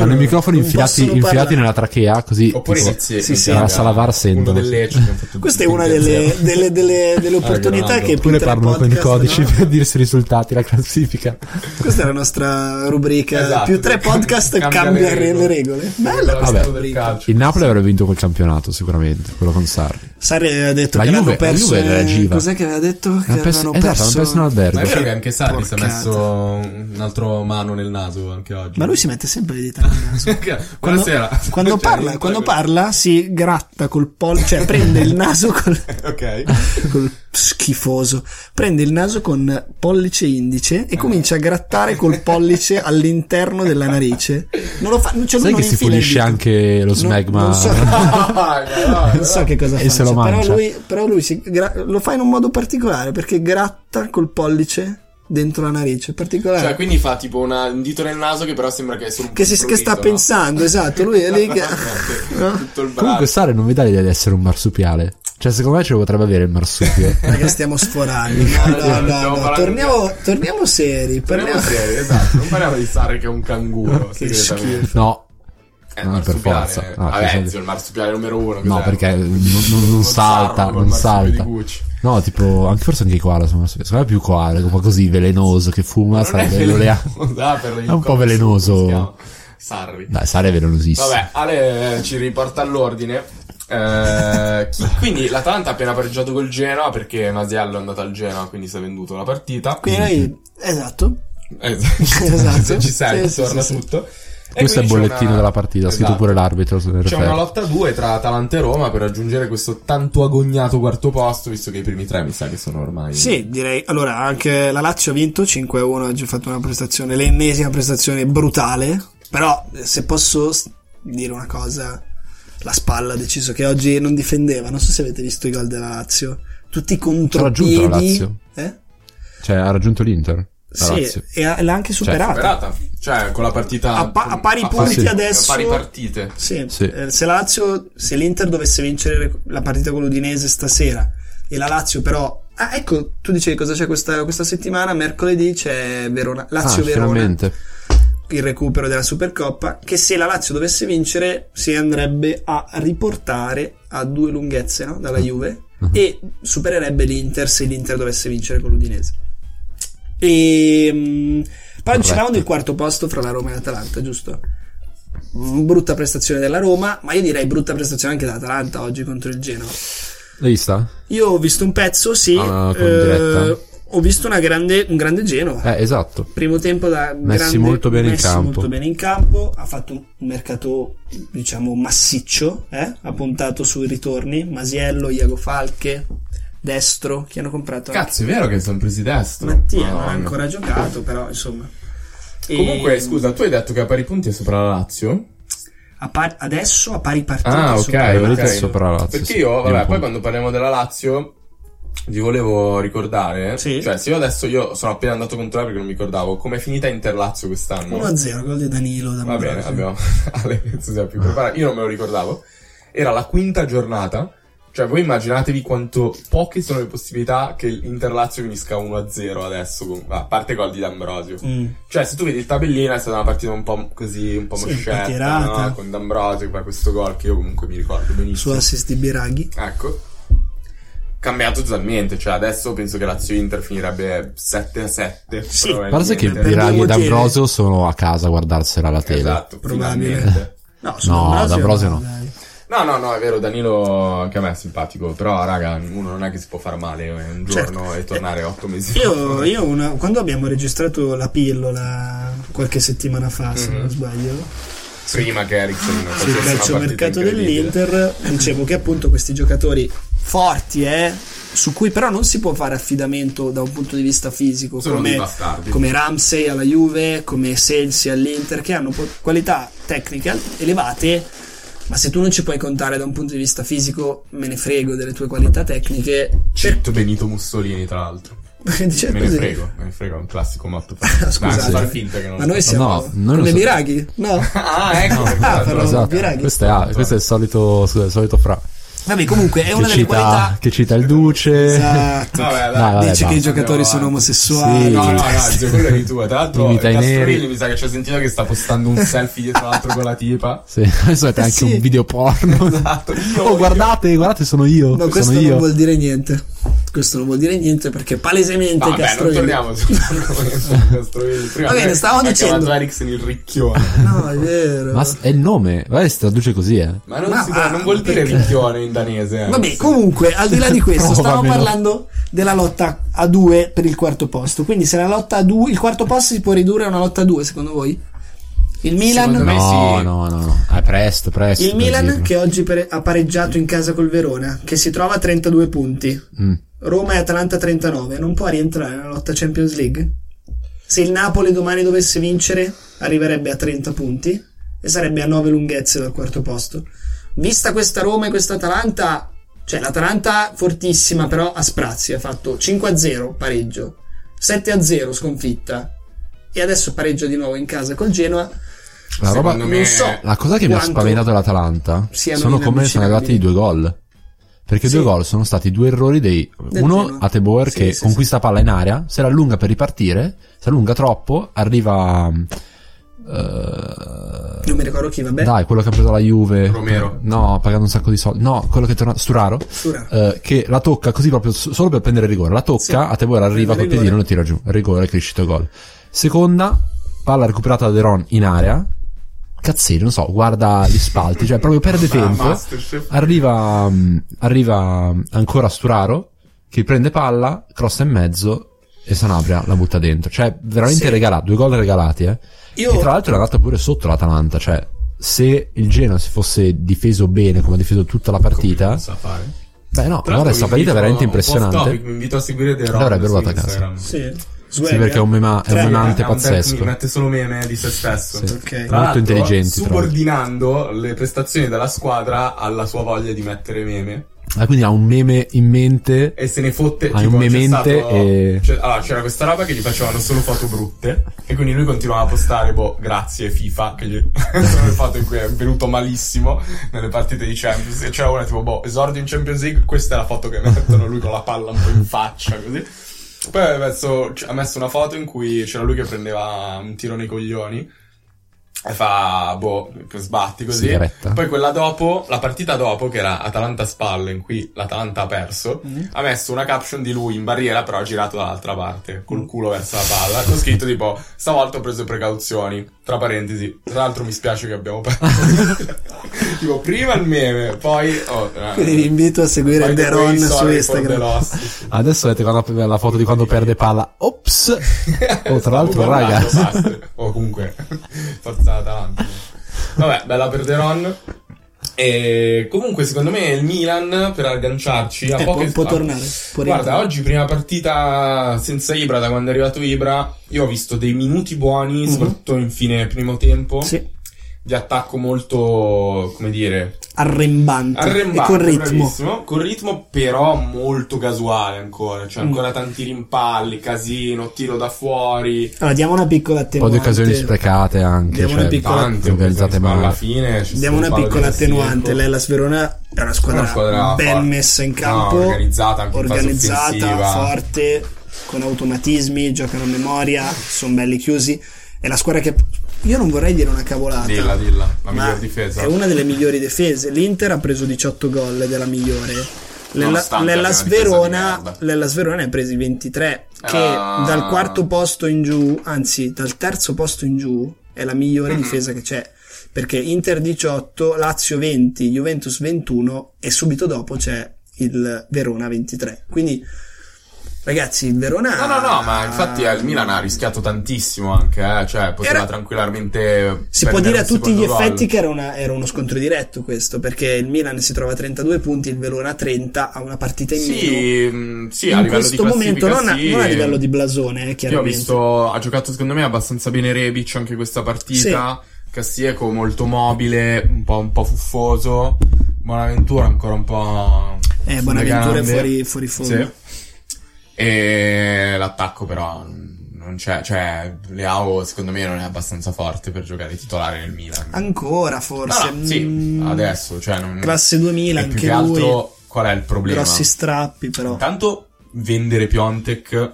S1: Hanno i microfoni
S2: eh, Non
S1: infilati,
S2: possono
S1: infilati
S2: parlare.
S1: nella trachea, così
S3: Oppure
S1: tipo,
S3: sì,
S2: sì, sì.
S1: la sala VAR sentono.
S3: Uno delle, cioè, abbiamo fatto
S2: Questa è
S3: tutti
S2: una
S3: in
S2: delle,
S3: zero.
S2: delle, delle,
S1: *laughs*
S2: delle opportunità
S3: Ronaldo.
S2: che
S1: Oppure
S2: Peter
S1: parlano con i
S2: Podcast,
S1: codici
S2: no?
S1: *laughs* per dirsi i risultati, la classifica.
S2: Questa è la nostra rubrica
S3: Esatto,
S2: *laughs* più tre
S3: cambia-
S2: podcast
S3: cambia
S2: cambia,
S3: le
S2: le
S3: regole.
S2: regole. Bella
S3: Vabbè.
S2: questa
S3: Del
S2: rubrica.
S3: calcio.
S1: Il Napoli avrebbe vinto quel campionato, sicuramente, quello con Sarri.
S2: Sarri ha detto
S1: La
S2: che
S1: Juve-
S2: avevano
S1: la
S2: perso eh,
S1: Juve reagiva.
S2: Cos'è che aveva detto? Che
S1: Hanno perso-
S2: avevano
S1: esatto, hanno
S2: perso
S1: perso un albergo.
S3: Ma è vero che anche Sarri si è
S2: Porcata.
S3: messo un altro mano nel naso anche oggi.
S2: Ma lui si mette sempre le dita nel naso.
S3: *laughs*
S2: Quando,
S3: Buonasera.
S2: *laughs* quando
S3: Cioè,
S2: parla,
S3: entra
S2: quando
S3: così.
S2: parla si gratta col pollice, cioè prende il naso
S3: *laughs*
S2: col,
S3: Ok.
S2: col schifoso, prende il naso con pollice e indice e comincia a grattare col pollice all'interno della narice. Non lo fa, cioè lui
S1: Sai
S2: non
S1: che si
S2: infila il
S1: pulisce
S2: dito.
S1: anche lo
S2: Non-
S1: smegma? *laughs*
S2: Non so, *laughs* non so che cosa
S1: E se
S2: faccia,
S1: lo
S2: però
S1: mangia.
S2: lui, però lui si gra- lo fa in un modo particolare perché gratta col pollice dentro la narice, è particolare.
S3: Cioè, quindi fa tipo una- un dito nel naso che però sembra che è solo un
S2: che, si- che sta
S3: prurito, no?
S2: pensando, esatto, lui è
S3: *laughs*
S2: lì che... *laughs* no?
S3: Tutto il braccio.
S1: Comunque Sarri non mi dà l'idea di essere un marsupiale. Cioè, secondo me ce lo potrebbe avere il
S2: *laughs*
S1: marsupio.
S2: Raga, stiamo sforando.
S3: no,
S2: Eh. *laughs* No, no,
S3: stiamo
S2: no,
S3: parlando
S2: Torniamo, torniamo seri.
S3: Parliamo
S2: Parliamo... *laughs*
S3: serio, esatto. Non parliamo di Sarri che è un canguro,
S2: Che
S3: segretamente.
S1: no,
S3: È
S1: No, per forza.
S3: eh.
S1: No,
S3: Vabbè,
S1: ci sono-
S3: Ezio, il marsupiale numero uno.
S1: no,
S3: cos'è?
S1: perché non, non- non
S3: Non
S1: salta,
S3: sarno col
S1: non
S3: marsupio
S1: salta.
S3: di Gucci.
S1: No, tipo, anche forse anche i koala sono marsupiali. Secondo me è più koala, un po' così velenoso che fuma,
S3: *laughs* Non è
S1: sarebbe oleato.
S3: velenoso, ah, per il
S1: È un po'
S3: corpo,
S1: velenoso.
S3: come si chiama? Sarri.
S1: Dai, Sarri è velenosissimo.
S3: Vabbè, Ale eh, ci riporta all'ordine. Eh, chi- quindi l'Atalanta ha appena pareggiato col Genoa perché Masiello è andato al Genoa, quindi si è venduto la partita.
S2: Quindi noi... Esatto.
S3: *laughs* Esatto.
S2: Esatto.
S3: Se ci serve,
S2: Sì, sì,
S3: torna
S2: sì, sì.
S3: tutto. E
S1: Questo è il
S3: quindi c'è
S1: bollettino
S3: una-
S1: della partita, ha scritto
S3: Esatto.
S1: pure l'arbitro. sul
S3: C'è una
S1: referee.
S3: lotta a due tra Atalanta e Roma per raggiungere questo tanto agognato quarto posto, visto che i primi tre mi sa che sono ormai.
S2: Sì, direi. Allora, anche la Lazio ha vinto 5-1, oggi ha fatto una prestazione, l'ennesima prestazione brutale, però eh, se posso s- dire una cosa, la spalla ha deciso che oggi non difendeva, non so se avete visto i gol della Lazio, tutti i
S1: C'ha
S2: contropiedi.
S1: raggiunto la Lazio?
S2: Eh?
S1: Cioè, ha raggiunto l'Inter. la Lazio.
S2: Sì, e ha- l'ha anche superata.
S3: Superata. Cioè, con la partita...
S2: A pa- a pari punti
S1: sì.
S2: adesso-
S3: A pari partite.
S2: Sì,
S1: Sì.
S2: eh, se la Lazio, se l'Inter dovesse vincere la partita con l'Udinese stasera e la Lazio però... Ah, ecco, tu dicevi cosa c'è questa, questa settimana, mercoledì c'è Verona,
S1: Ah,
S2: Lazio-Verona,
S1: finalmente.
S2: il recupero della Supercoppa, che se la Lazio dovesse vincere si andrebbe a riportare a due lunghezze no?
S1: Mm.
S2: dalla Juve
S1: Mm-hmm.
S2: e supererebbe l'Inter se l'Inter dovesse vincere con l'Udinese. E mm, poi
S1: Corretto.
S2: parlavamo del quarto posto fra la Roma e l'Atalanta, giusto? Mm, Brutta prestazione della Roma, ma io direi brutta prestazione anche dell'Atalanta oggi contro il Genoa.
S1: L'hai vista?
S2: Io ho visto un pezzo, sì,
S1: Ah, con
S2: eh,
S1: diretta.
S2: ho visto una grande- un grande Genoa.
S1: Eh, esatto.
S2: Primo tempo da
S1: Messi
S2: grande-
S1: molto bene in
S2: messi
S1: campo.
S2: molto bene in campo, ha fatto un mercato diciamo massiccio, eh? ha puntato sui ritorni, Masiello, Iago Falche, Destro, che hanno comprato
S3: Cazzo, è vero che sono presi destro.
S2: Mattia, non ha
S3: Madonna.
S2: ancora giocato però insomma. E-
S3: Comunque, scusa, tu hai detto che a pari punti è sopra la Lazio?
S2: a par- adesso a pari partite.
S3: Ah, ok,
S2: insomma.
S1: Avevo
S3: ok.
S1: detto sopra la Lazio,
S3: Perché
S1: sì,
S3: io,
S1: di un
S3: vabbè, poi
S1: punto.
S3: quando parliamo della Lazio, vi volevo ricordare.
S2: Sì.
S3: Cioè, se io adesso io sono appena andato a controllare perché non mi ricordavo, com'è finita Inter-Lazio quest'anno?
S2: 1-0, gol di Danilo. da
S3: Va bene,
S2: Ambrosio.
S3: abbiamo. *laughs* Ale, penso sia più preparato. Io non me lo ricordavo. Era la quinta giornata. Cioè, voi immaginatevi quanto poche sono le possibilità che l'Inter-Lazio finisca 1-0 adesso, con- a parte gol di D'Ambrosio.
S2: Mm.
S3: Cioè, se tu vedi il tabellino è stata una partita un po' così, un po'
S2: Sì, un po'
S3: moscetta,
S2: tirata.
S3: no? con D'Ambrosio che fa questo gol che io comunque mi ricordo
S2: Su
S3: benissimo.
S2: assist di Biraghi.
S3: Ecco. Cambiato totalmente, cioè adesso penso che Lazio-Inter finirebbe 7 a 7.
S2: Sì.
S1: Pensa che
S2: Niente.
S1: Biraghi e
S2: Abbiamo tele.
S1: D'Ambrosio sono a casa a guardarsela la tele.
S3: Esatto,
S2: Probabile. *laughs*
S3: finalmente.
S2: No,
S1: No, D'Ambrosio no.
S2: dai.
S3: No, no, no, è vero, Danilo anche a me è simpatico, però raga, uno non è che si può far male eh, un giorno
S2: Certo.
S3: e tornare 8 mesi.
S2: Io, io una- quando abbiamo registrato la pillola qualche settimana fa, se
S3: Mm-hmm.
S2: non sbaglio,
S3: prima che Ericsson non
S2: sul
S3: facesse una
S2: calciomercato
S3: partita incredibile.
S2: dell'Inter, dicevo che appunto questi giocatori forti, eh, su cui però non si può fare affidamento da un punto di vista fisico,
S3: Sono dei
S2: come,
S3: bastardi.
S2: come Ramsey alla Juve, come Sensi all'Inter, che hanno po- qualità tecniche al- elevate, ma se tu non ci puoi contare da un punto di vista fisico, me ne frego delle tue qualità tecniche, cerco
S3: Cito Certo, Benito Mussolini, tra l'altro.
S2: *laughs* dice
S3: Me ne
S2: così.
S3: frego, me ne frego, è un
S2: *laughs*
S3: classico motto. *laughs*
S2: Scusate.
S3: Dai, far finta che cioè, non
S2: Ma noi siamo
S1: No, noi non
S2: come
S1: so-
S2: Biraghi? No.
S3: Ah, ecco,
S2: Ah, però-
S3: esatto.
S1: Esatto.
S2: Biraghi.
S1: Questo è, ah, questo è il solito, scusa, il solito fra.
S2: Vabbè, comunque è una
S1: che,
S2: delle
S1: cita,
S2: qualità.
S1: che cita il duce.
S2: Esatto.
S3: Vabbè,
S1: No,
S3: dai.
S1: vabbè,
S2: Dice che i
S1: basta.
S2: giocatori
S3: Andiamo
S2: sono
S3: avanti.
S2: omosessuali.
S3: No, no, no, zio, quello eri tu. Tra l'altro,
S1: Limita i
S3: Castrilli
S1: neri.
S3: mi sa che ci ha sentito che sta postando un selfie dietro l'altro con la tipa.
S1: *laughs* Sì, adesso avete anche
S2: Sì.
S1: un video porno.
S3: Esatto,
S1: *laughs*
S3: io-
S1: oh, guardate, guardate, sono io.
S2: No, questo
S1: sono
S2: non
S1: io.
S2: vuol dire niente. Questo non vuol dire niente perché palesemente
S3: No, Ah, vabbè, non
S2: Castrovilli-
S3: torniamo
S2: *laughs*
S3: su su Castrovilli. Prima
S2: Va bene,
S3: noi
S2: stavamo
S3: abbiamo
S2: dicendo.
S3: chiamato Eriksen il ricchione.
S2: No, è vero.
S1: Ma s- è il nome. Guarda, si traduce così, eh.
S3: Ma non,
S2: Ma
S3: si
S2: va,
S3: può- non vuol dire
S2: perché?
S3: ricchione in danese. eh.
S2: Vabbè, comunque, al di là di questo, stavamo
S1: Provamelo.
S2: parlando della lotta a due per il quarto posto. Quindi, se la lotta a due, il quarto posto si può ridurre a una lotta a due, secondo voi? Il Milan,
S3: Secondo me
S1: No,
S3: sì.
S1: no, no, no. Ah, presto, presto.
S2: il
S1: per
S2: Milan
S1: dirlo.
S2: che oggi pare- ha pareggiato in casa col Verona, che si trova a 32 punti.
S1: Mm.
S2: Roma e Atalanta 39 non può rientrare nella lotta Champions League? Se il Napoli domani dovesse vincere arriverebbe a 30 punti e sarebbe a 9 lunghezze dal quarto posto. Vista questa Roma e questa Atalanta, cioè l'Atalanta fortissima però a sprazzi ha fatto 5-0 pareggio, 7-0 sconfitta e adesso pareggio di nuovo in casa col Genola.
S1: La roba-
S3: Secondo me-
S2: non so.
S1: La cosa che mi ha
S2: Quanto-
S1: spaventato l'Atalanta
S2: Siano
S1: sono come sono
S2: inavvicinabili.
S1: arrivati i due gol. Perché i
S2: Sì.
S1: due gol sono stati due errori dei.
S2: Del
S1: uno
S2: Genoa.
S1: a Teboer
S2: Sì,
S1: che
S2: sì,
S1: conquista palla in aria, se la allunga per ripartire, si allunga troppo, arriva. eh,
S2: Non mi ricordo chi, vabbè.
S1: Dai, quello che ha preso la Juve.
S3: Romero.
S1: No, pagando un sacco di soldi. No, quello che è tornato. Sturaro.
S2: Sturaro.
S1: Eh, che la tocca così proprio so- solo per prendere il rigore. La tocca,
S2: Sì.
S1: a Teboer arriva
S2: Prende
S1: col
S2: il
S1: piedino e
S2: rigore.
S1: lo tira giù. Rigore, crescito gol. Seconda, palla recuperata da Deron in area. Cazzini, non so, guarda gli spalti, cioè proprio
S2: *laughs*
S1: perde
S3: Ah,
S1: tempo.
S3: Masterchef.
S1: Arriva, mm, arriva mm, ancora Sturaro che prende palla, cross in mezzo e Sanabria la butta dentro. Cioè, veramente
S2: Sì.
S1: regalato, due gol regalati, eh.
S2: Io-
S1: E tra l'altro è andata pure sotto l'Atalanta, cioè se il Genoa si fosse difeso bene come ha difeso tutta la partita,
S3: Non sa fare.
S1: beh no, guarda
S3: Tra l'altro
S1: questa
S3: vi
S1: partita è
S3: invito-
S1: veramente
S3: off topic,
S1: impressionante.
S3: Mi invito a seguire The Rock.
S1: L'avrebbero
S3: su
S1: rubato a casa.
S3: Instagram.
S2: Sì.
S1: Sì,
S2: Swagger.
S1: perché è un, mema- è
S2: Tre,
S1: un
S3: È
S1: memante
S3: Cioè, eh, un tecnico,
S1: pazzesco.
S3: Mette solo meme di se stesso.
S1: Sì.
S2: Ok.
S3: Tra l'altro,
S1: intelligenti, tra l'altro.
S3: Subordinando le prestazioni della squadra alla sua voglia di mettere meme.
S1: Ah, quindi ha un meme in mente.
S3: e se ne fotte
S1: Hai
S3: tipo,
S1: un
S3: c'è
S1: memente
S3: stato-
S1: e-
S3: c'è- allora, c'era questa roba che gli facevano solo foto brutte e quindi lui continuava a postare boh grazie FIFA che gli *laughs* sono le foto in cui è venuto malissimo nelle partite di Champions e c'era una tipo boh esordio in Champions League questa è la foto che mettono lui con la palla un po' in faccia così poi ha messo, ha messo una foto in cui c'era lui che prendeva un tiro nei coglioni e fa boh sbatti così
S1: Sigaretta.
S3: poi quella dopo, la partita dopo, che era Atalanta-Spal, in cui l'Atalanta ha perso,
S2: Mm-hmm.
S3: ha messo una caption di lui in barriera, però girato dall'altra parte, col culo verso la palla, con scritto tipo, stavolta ho preso precauzioni, tra parentesi, tra l'altro mi spiace che abbiamo
S2: *laughs*
S3: perso. tipo, prima il meme, poi... Oh, eh,
S2: Quindi vi invito a seguire
S3: poi the
S2: Deron
S3: way
S2: su
S3: sorry for the
S2: Instagram.
S3: loss.
S1: Adesso avete guardato la foto di quando perde palla. Ops!
S3: *laughs*
S1: Oh, tra
S3: Stavo
S1: l'altro, raga.
S3: guardando, basta. O comunque, forza Atalanta. Vabbè, bella per Deron. E comunque, secondo me, il Milan, per agganciarci, a
S2: Eh,
S3: poche
S2: può, può
S3: ah,
S2: tornare. Può
S3: Guarda,
S2: rientrare.
S3: oggi prima partita senza Ibra, da quando è arrivato Ibra, io ho visto dei minuti buoni,
S2: Mhm.
S3: soprattutto in fine primo tempo,
S2: Sì,
S3: di attacco molto, come dire,
S2: arrembante.
S3: arrembato,
S2: e con ritmo.
S3: bravissimo, con ritmo però molto casuale ancora, cioè
S2: Mm.
S3: ancora tanti rimpalli, casino, tiro da fuori,
S2: Allora, diamo una piccola
S1: Un po' di
S2: attenuante.
S1: occasioni sprecate anche.
S2: Diamo
S1: cioè,
S2: una piccola-
S3: tante
S1: organizzate
S3: occasioni, ma alla
S1: male.
S3: fine ci
S2: Diamo
S3: sta
S2: una
S3: un palo
S2: piccola
S3: di
S2: attenuante.
S3: Sirco.
S2: Lei la Sverona è una squadra,
S3: Una squadra
S2: ben
S3: forte.
S2: messa in
S3: No,
S2: campo,
S3: organizzata anche in fase
S2: organizzata,
S3: offensiva.
S2: forte, con automatismi, giocano a memoria, sono belli chiusi. È la squadra che io non vorrei dire una cavolata.
S3: Dilla, dilla, la
S2: ma
S3: miglior difesa.
S2: È una delle migliori difese. L'Inter ha preso 18 gol ed è la migliore. L'Ella,
S3: Nonostante
S2: l'Hellas
S3: abbia una difesa di
S2: Verona-
S3: merda.
S2: l'Hellas Verona ne ha presi 23, che
S3: Ah.
S2: dal quarto posto in giù, anzi dal terzo posto in giù, è la migliore difesa che c'è. Perché Inter 18, Lazio 20, Juventus 21 e subito dopo c'è il Verona 23. Quindi, ragazzi, il Verona...
S3: No, no, no, ma infatti eh, il Milan ha rischiato tantissimo anche, eh, cioè poteva
S2: Era-
S3: tranquillamente...
S2: Si può dire a
S3: perdere un
S2: tutti gli
S3: secondo gol.
S2: effetti che era, una- era uno scontro diretto questo, perché il Milan si trova a 32 punti, il Verona a 30, ha una partita in meno.
S3: Sì, mh, sì, a
S2: in
S3: livello di
S2: questo momento, non
S3: classifica
S2: a,
S3: sì.
S2: non a livello di blasone, eh,
S3: Io ho
S2: chiaramente.
S3: visto, ha giocato secondo me abbastanza bene Rebic anche questa partita. Castieco molto mobile, un po', un po' fuffoso. Buonaventura ancora un po'.
S2: Eh,
S3: sulle
S2: Bonaventura è
S3: gambe.
S2: fuori, fuori fondo.
S3: E l'attacco però non c'è, cioè Leao secondo me non è abbastanza forte per giocare titolare nel Milan.
S2: Ancora, forse.
S3: No, no, Ah, sì,
S2: Mm,
S3: adesso, cioè non...
S2: Classe 2000,
S3: e più
S2: anche
S3: che
S2: lui.
S3: altro qual è il problema?
S2: Grossi strappi, però.
S3: Intanto vendere Piontek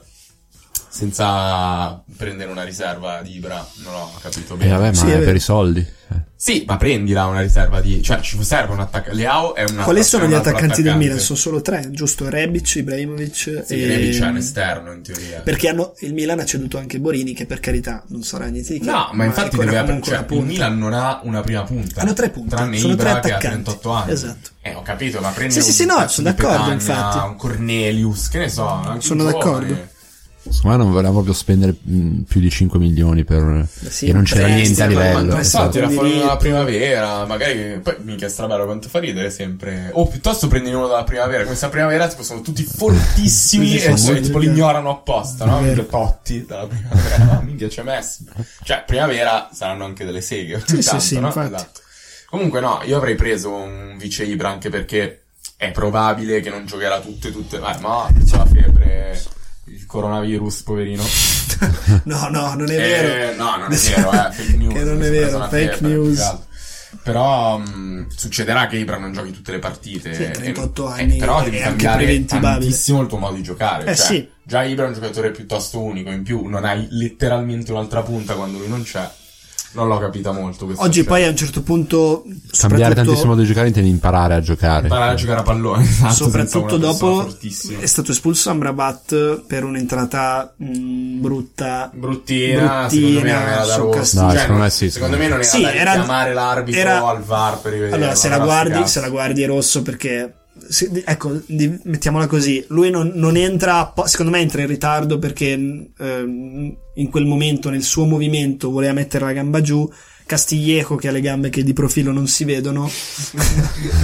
S3: senza prendere una riserva di Ibra, non ho capito
S1: Eh,
S3: bene.
S1: vabbè, ma
S2: Sì, è
S1: è
S2: vero.
S1: per i soldi. Eh.
S3: Sì, ma prendila una riserva di... Cioè, ci serve un attaccante. Leao è un attaccante.
S2: Quali sono gli
S3: un altro
S2: attaccanti del
S3: attaccante.
S2: Milan? Sono solo tre, giusto? Rebic, Ibrahimovic
S3: Sì,
S2: e...
S3: Rebic è un esterno in teoria.
S2: Perché hanno- il Milan ha ceduto anche Borini, che per carità non sarà niente di che.
S3: No, ma infatti
S2: ancora-
S3: doveva...
S2: comunque
S3: Cioè,
S2: una
S3: il
S2: punta.
S3: Milan non ha una prima punta.
S2: Hanno tre punte,
S3: Tranne
S2: sono tre
S3: Ibra che ha
S2: attaccanti.
S3: 38 anni.
S2: Esatto.
S3: Eh, ho capito, ma prendi
S2: Sì, sì,
S3: un
S2: sì, no,
S3: cazzo
S2: sono
S3: di
S2: d'accordo,
S3: Petagna,
S2: infatti.
S3: Un Cornelius, che ne so. anche
S2: Sono
S3: un giovane.
S2: d'accordo.
S1: Secondo me non volevamo proprio spendere mh, più di 5 milioni per...
S2: sì,
S1: e non c'era
S2: prestito,
S1: niente a
S2: ma-
S1: livello. Esatto.
S2: ma-
S3: Ma
S1: è
S3: infatti
S1: stato-
S3: era fuori
S2: Diritto.
S3: dalla primavera, magari poi minchia è strabello quanto fa ridere sempre. O piuttosto prendine uno dalla primavera, questa primavera tipo sono tutti fortissimi
S2: Tutti
S3: e
S2: forti.
S3: cioè, tipo li ignorano apposta, no?
S2: Vero.
S3: Minchia Totti dalla primavera, no? minchia c'è Messi. Cioè primavera saranno anche delle seghe, ogni
S2: Sì, sì,
S3: tanto,
S2: sì,
S3: no?
S2: infatti.
S3: Esatto. Comunque no, io avrei preso un vice Ibra anche perché è probabile che non giocherà tutte tutte, eh, ma c'è la febbre, il coronavirus, poverino.
S2: *laughs* No, no, non è
S3: Eh,
S2: vero. *laughs*
S3: No, non è vero, eh, fake news.
S2: che non
S3: mi
S2: è
S3: sono preso
S2: vero,
S3: una
S2: fake
S3: febbre, più che
S2: news.
S3: altro. Però mh, succederà che Ibra non giochi tutte le partite.
S2: Sì,
S3: E-
S2: 38
S3: eh,
S2: anni,
S3: però devi
S2: è anche
S3: cambiare
S2: preventivabile.
S3: tantissimo il tuo modo di giocare.
S2: Eh,
S3: cioè,
S2: sì.
S3: Già Ibra è un giocatore piuttosto unico, in più non hai letteralmente un'altra punta quando lui non c'è. Non l'ho capita molto questa
S2: Oggi
S3: scelta.
S2: poi a un certo punto...
S1: Cambiare
S2: soprattutto-
S1: tantissimo modo di giocare intendi imparare a giocare.
S3: Imparare a giocare a pallone, *laughs* esatto,
S2: Soprattutto
S3: senza una persona
S2: dopo
S3: fortissima.
S2: è stato espulso Amrabat per un'entrata mh, brutta.
S3: Bruttina,
S2: Bruttina,
S3: secondo me non era da
S2: sul
S3: rosso.
S2: castigio.
S1: No,
S3: Cioè,
S1: secondo me sì,
S3: secondo
S1: secondo
S3: me non era
S2: Sì,
S3: da
S2: era-
S3: chiamare l'arbitro
S2: era-
S3: al VAR per rivedere.
S2: Allora, se la, guardi, se la guardi è rosso perché... se- di- ecco, di- mettiamola così, lui non, non entra, appo- secondo me entra in ritardo perché mh, ehm, in quel momento nel suo movimento voleva mettere la gamba giù, Castiglieco che ha le gambe che di profilo non si vedono,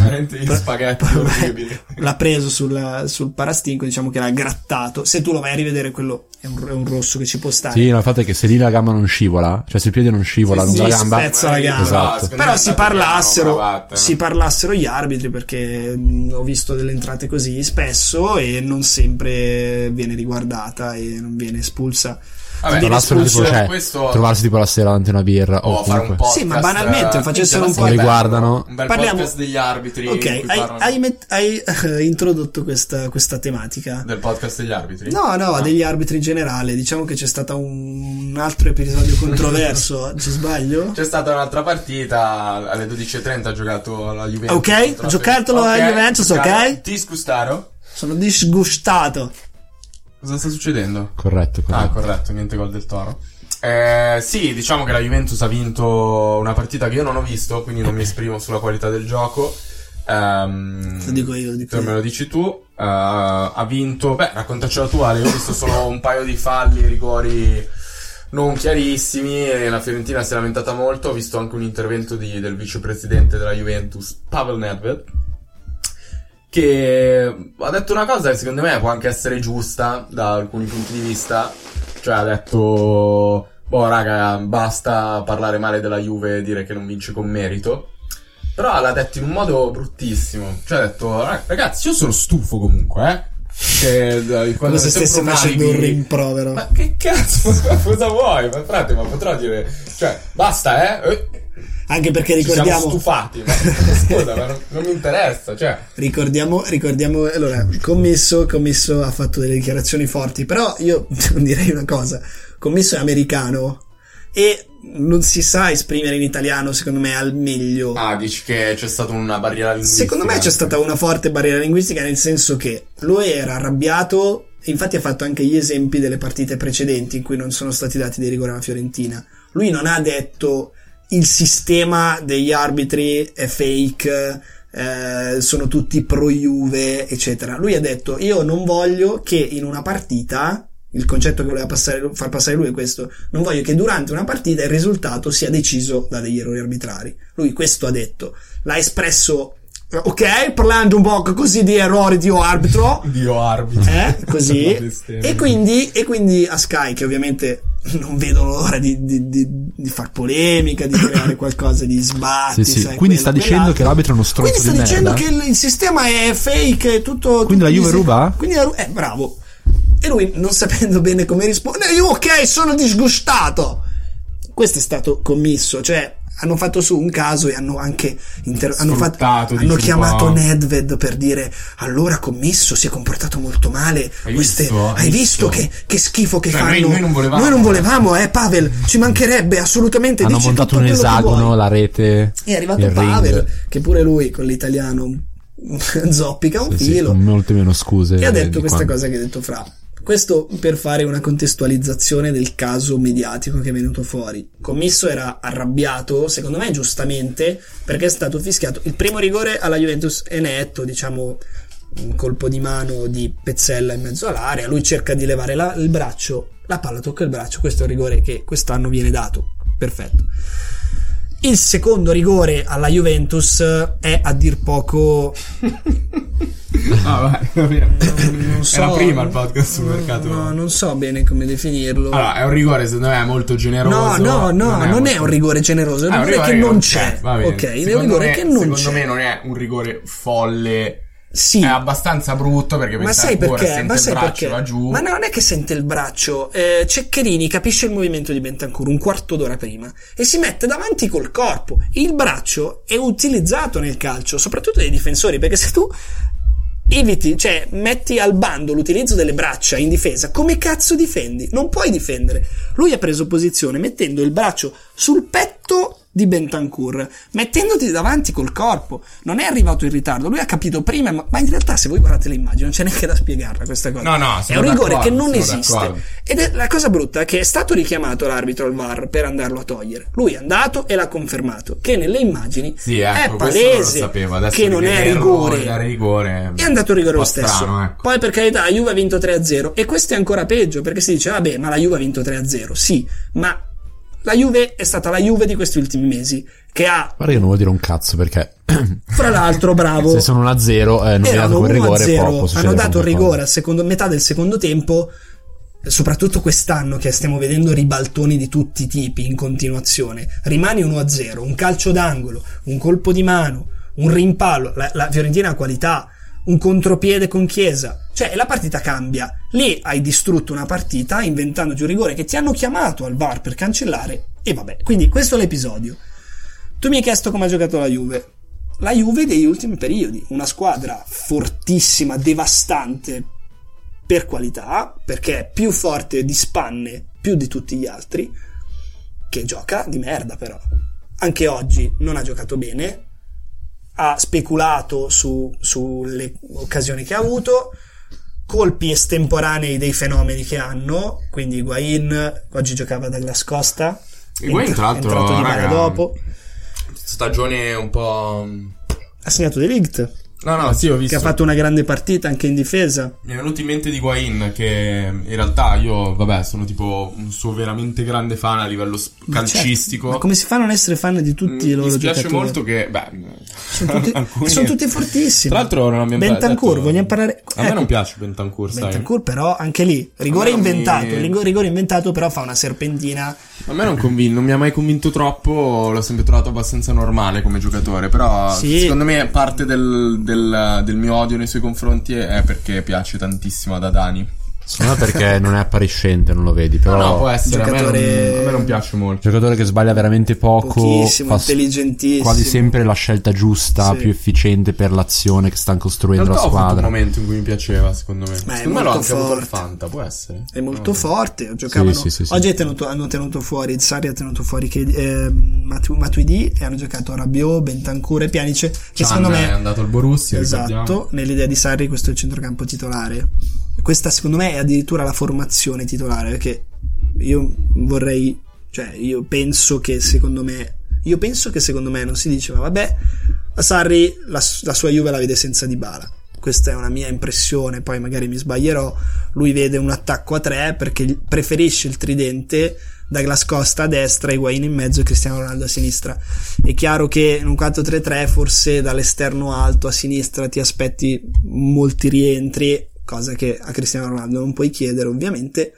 S3: veramente gli spaghetti orribili.
S2: l'ha preso sulla- sul parastinco, diciamo che l'ha grattato. Se tu lo vai a rivedere, quello è un, è un rosso che ci può stare.
S1: Sì, no, il fatto è che se lì la gamba non scivola, cioè se il piede non scivola
S2: Sì,
S1: lungo
S2: sì,
S1: la gamba,
S2: spezza la gamba.
S1: Esatto.
S3: secondo me
S2: Però
S3: è
S2: si
S3: stato
S2: parlassero,
S3: Milano, Bravatta, no?
S2: si parlassero gli arbitri perché mh, ho visto delle entrate così spesso e non sempre viene riguardata e non viene espulsa.
S3: Vabbè,
S2: Viene
S1: trovassero tipo,
S2: espulso
S1: cioè,
S3: questo-
S1: trovarsi tipo la sera davanti a una birra o
S3: Oh, fare un
S1: comunque.
S3: podcast,
S2: Sì, ma banalmente, facessero
S3: eh,
S2: un
S3: già sarebbe
S1: podcast.
S3: bello,
S1: Riguardano-
S3: Un bel
S2: Parliamo-
S3: podcast degli arbitri. in
S2: Ok,
S3: cui
S2: hai,
S3: parlano
S2: hai met- hai, *laughs* eh, introdotto questa, questa tematica.
S3: del podcast degli arbitri.
S2: No, no,
S3: Ah.
S2: degli arbitri in generale. Diciamo che c'è stato un altro episodio
S3: *laughs*
S2: controverso. ci sbaglio?
S3: C'è stata un'altra partita alle 12.30 ha giocato la Juventus.
S2: Ok,
S3: contro la-
S2: giocatelo alla
S3: Ok,
S2: Juventus,
S3: giocato-
S2: ok?
S3: Ti scustaro?
S2: Sono disgustato.
S3: Cosa sta succedendo?
S1: Corretto, corretto.
S3: Ah, corretto, niente gol del Toro. Eh, sì, diciamo che la Juventus ha vinto una partita che io non ho visto, quindi non mi esprimo sulla qualità del gioco. Ehm,
S2: Lo dico io, lo
S1: Cioè,
S2: dico
S3: te me
S2: io.
S3: lo dici tu. Eh, ha vinto, beh, raccontacela tu Ale, io ho visto solo un paio di falli, rigori non chiarissimi e la Fiorentina si è lamentata molto. Ho visto anche un intervento di- del vicepresidente della Juventus, Pavel Nedved, che ha detto una cosa che secondo me può anche essere giusta da alcuni punti di vista. Cioè ha detto, boh raga, basta parlare male della Juve e dire che non vince con merito. Però l'ha detto in un modo bruttissimo. Cioè ha detto, "Rag- ragazzi, io sono stufo comunque, eh. Che, eh,
S2: Come
S3: quando
S2: se
S3: sempre
S2: stesse
S3: un
S2: facendo
S3: alibi-
S2: un rimprovero.
S3: ma che cazzo, *laughs* ma cosa vuoi? Ma frate, ma potrò dire... Cioè, basta, eh? Eh,
S2: Anche perché
S3: Ci siamo
S2: ricordiamo.
S3: stufati. Ma, *laughs* scusa, ma non, non mi interessa, cioè...
S2: Ricordiamo, ricordiamo, allora, il commesso, commesso ha fatto delle dichiarazioni forti, però io *laughs* direi una cosa, commesso è americano e non si sa esprimere in italiano, secondo me, al meglio.
S3: Ah, dici che c'è stata una barriera linguistica.
S2: Secondo me c'è stata una forte barriera linguistica nel senso che lui era arrabbiato, e infatti ha fatto anche gli esempi delle partite precedenti in cui non sono stati dati dei rigori alla Fiorentina. Lui non ha detto il sistema degli arbitri è fake, eh, sono tutti pro Juve, eccetera. Lui ha detto io non voglio che in una partita il concetto che voleva passare- far passare lui è questo. Non voglio che durante una partita il risultato sia deciso da degli errori arbitrari. Lui questo ha detto. L'ha espresso, eh, ok, parlando un po' così di errori di arbitro.
S3: Dio arbitro.
S2: Eh, *laughs* così.
S3: La bestemmia.
S2: e, quindi, e quindi a Sky, che ovviamente non vedono l'ora di, di, di- di far polemica, di
S1: *laughs*
S2: creare qualcosa di sbatti.
S1: Sì, sì.
S2: sai,
S1: Quindi
S2: quello,
S1: sta dicendo
S2: quell'altro.
S1: che l'arbitro è uno stronzo
S2: Quindi sta
S1: di
S2: dicendo
S1: merda?
S2: che il, il sistema è fake, è tutto.
S1: Quindi la
S2: tutti
S1: Juve
S2: gli-
S1: ruba?
S2: Quindi la Ru- eh, bravo. E lui, non sapendo bene come rispondere, io, ok, sono disgustato. Questo è stato commisso, cioè hanno fatto su un caso e hanno anche inter- hanno, fatto,
S3: Sfruttato, dici
S2: hanno
S3: un
S2: chiamato
S3: po'.
S2: Nedved per dire allora commisso si è comportato molto male
S3: Hai
S2: Queste-
S3: visto?
S2: hai
S3: Hai
S2: visto,
S3: visto?
S2: Che, che schifo che
S3: Cioè,
S2: fanno
S3: noi- noi non volevamo.
S2: Noi non volevamo, eh Pavel ci mancherebbe assolutamente
S1: Hanno
S2: dici
S1: montato
S2: tutto
S1: un
S2: quello che vuoi.
S1: esagono, la rete.
S2: E è arrivato
S1: il ring.
S2: Pavel, che pure lui con l'italiano *laughs* zoppica un
S1: Sì, sì,
S2: filo.
S1: con molte meno scuse.
S2: e ha detto
S1: Eh, di
S2: questa
S1: quanto-
S2: cosa che ha detto Fra. Questo per fare una contestualizzazione del caso mediatico che è venuto fuori. Commisso era arrabbiato, secondo me giustamente, perché è stato fischiato. Il primo rigore alla Juventus è netto, diciamo un colpo di mano di Pezzella in mezzo all'area. Lui cerca di levare la- il braccio, la palla tocca il braccio. Questo è un rigore che quest'anno viene dato. Perfetto. Il secondo rigore alla Juventus è a dir poco
S3: Ah, vai, *laughs* va bene.
S2: non so,
S3: Era prima il podcast sul mercato.
S2: No, non so bene come definirlo.
S3: Allora, è un rigore, secondo me, molto
S2: no,
S3: generoso.
S2: no, no, non, è,
S3: molto-
S2: un rigore generoso, è un
S3: Ah,
S2: rigore che non c'è.
S3: va bene.
S2: ok, è un
S3: Secondo
S2: rigore
S3: me-
S2: che non c'è.
S3: Secondo me non è un rigore folle.
S2: sì.
S3: È abbastanza brutto perché
S2: Ma
S3: pensare
S2: sai
S3: al cuore,
S2: perché?
S3: sente
S2: Ma
S3: il
S2: sai
S3: braccio,
S2: perché?
S3: va giù.
S2: Ma no, non è che sente il braccio. Eh, Ceccherini capisce il movimento di Bentancur un quarto d'ora prima e si mette davanti col corpo. Il braccio è utilizzato nel calcio, soprattutto dai difensori, perché se tu eviti, cioè metti al bando l'utilizzo delle braccia in difesa, come cazzo difendi? Non puoi difendere. Lui ha preso posizione mettendo il braccio sul petto di Bentancur, mettendoti davanti col corpo. Non è arrivato in ritardo, lui ha capito prima, ma, ma in realtà se voi guardate l'immagine non c'è neanche da spiegarla questa cosa.
S3: No, no,
S2: è
S3: sono
S2: un rigore che
S3: d'accordo,
S2: non
S3: sono
S2: esiste.
S3: d'accordo.
S2: Ed è la cosa brutta è che è stato richiamato l'arbitro al VAR per andarlo a togliere. Lui è andato e l'ha confermato che nelle immagini
S3: Sì, ecco,
S2: è
S3: questo non lo
S2: palese
S3: sapevo. Adesso
S2: che non è
S3: rivederlo,
S2: rigore.
S3: dare rigore.
S2: È andato il rigore lo
S3: Un po'
S2: stesso.
S3: strano, ecco.
S2: Poi per carità, la Juve ha vinto 3-0 e questo è ancora peggio perché si dice "Vabbè, ma la Juve ha vinto 3-0". Sì, ma La Juve è stata la Juve di questi ultimi mesi, che ha,
S1: Guarda che non vuol dire un cazzo perché *clears throat*
S2: fra l'altro, bravo,
S1: se sono 1 0 eh, non è dato
S2: Oh. erano
S1: quel
S2: 1
S1: rigore poco
S2: 0
S1: succede
S2: hanno dato il
S1: qualcosa.
S2: rigore a secondo- metà del secondo tempo soprattutto quest'anno che stiamo vedendo ribaltoni di tutti i tipi in continuazione rimani 1 0 un calcio d'angolo un colpo di mano un rimpallo la, la Fiorentina ha qualità un contropiede con Chiesa cioè la partita cambia lì hai distrutto una partita inventandoti un rigore che ti hanno chiamato al VAR per cancellare e vabbè quindi questo è l'episodio tu mi hai chiesto come ha giocato la Juve. La Juve degli ultimi periodi, una squadra fortissima, devastante per qualità, perché è più forte di spanne, più di tutti gli altri, che gioca di merda però. Anche oggi non ha giocato bene, ha speculato su- sulle occasioni che ha avuto, colpi estemporanei dei fenomeni che hanno, quindi Higuain, oggi giocava dalla scosta,
S3: Higuain,
S2: entra-
S3: tra l'altro,
S2: è entrato Dybala
S3: raga,
S2: dopo.
S3: Stagione un po'. No,
S2: ha segnato De Ligt
S3: no, sì, ho
S2: che
S3: visto.
S2: ha fatto una grande partita anche in difesa
S3: Mi è venuto in mente di Guain che in realtà io, vabbè, sono tipo un suo veramente grande fan a livello sp- calcistico. Mm,
S2: Cioè, ma come si fa a non essere fan di tutti i
S3: Mi-
S2: loro
S3: Mi spiace
S2: giocatori
S3: molto che. Beh, mm,
S2: sono
S3: *laughs*
S2: tutti,
S3: alcuni-
S2: sono tutti fortissimi
S3: Tra l'altro, non abbiamo
S2: Bentancur,
S3: detto-
S2: vogliamo parlare
S3: A me
S2: ecco,
S3: non piace Bentancur, sai.
S2: Bentancur però anche lì rigore
S3: A me non
S2: inventato
S3: mi-
S2: rigo- rigore inventato però fa una serpentina
S3: A me non, convin- non mi ha mai convinto troppo, l'ho sempre trovato abbastanza normale come giocatore, però
S2: Sì.
S3: secondo me parte del, del- del mio odio nei suoi confronti è perché piace tantissimo ad Adani.
S1: Secondo me perché non è appariscente, non lo vedi, però
S3: No, può essere, a, me
S2: giocatore-
S3: non, a me non piace molto.
S1: giocatore che sbaglia veramente poco,
S2: pochissimo
S1: fa s-
S2: intelligentissimo
S1: quasi sempre la scelta giusta,
S2: Sì.
S1: più efficiente per l'azione che stanno
S3: In
S1: costruendo la
S3: realtà ho avuto un
S1: squadra.
S3: momento in cui mi piaceva, secondo me.
S2: Ma è
S3: secondo me l'ho
S2: molto
S3: anche avuto al
S2: forte.
S3: Fanta, può essere.
S2: è molto forte. Giocavano,
S1: Sì, sì, sì, sì.
S2: oggi è tenuto- hanno tenuto fuori il Sari, ha tenuto fuori che, eh, Matu- Matuidi e hanno giocato Rabiot, Bentancur e Pianice. Che
S3: Chan
S2: secondo me
S3: è andato al Borussia, ricordiamo.
S2: Esatto, nell'idea di Sarri questo è il centrocampo titolare. Questa secondo me è addirittura la formazione titolare perché io vorrei, cioè io penso che secondo me, io penso che secondo me non si dice ma vabbè, a Sarri la, la sua Juve la vede senza Dybala. Questa è una mia impressione, poi magari mi sbaglierò. Lui vede un attacco a tre perché gli- preferisce il tridente Douglas Costa a destra, Higuain in mezzo e Cristiano Ronaldo a sinistra. È chiaro che in un 4-3-3 forse dall'esterno alto a sinistra ti aspetti molti rientri, cosa che a Cristiano Ronaldo non puoi chiedere ovviamente.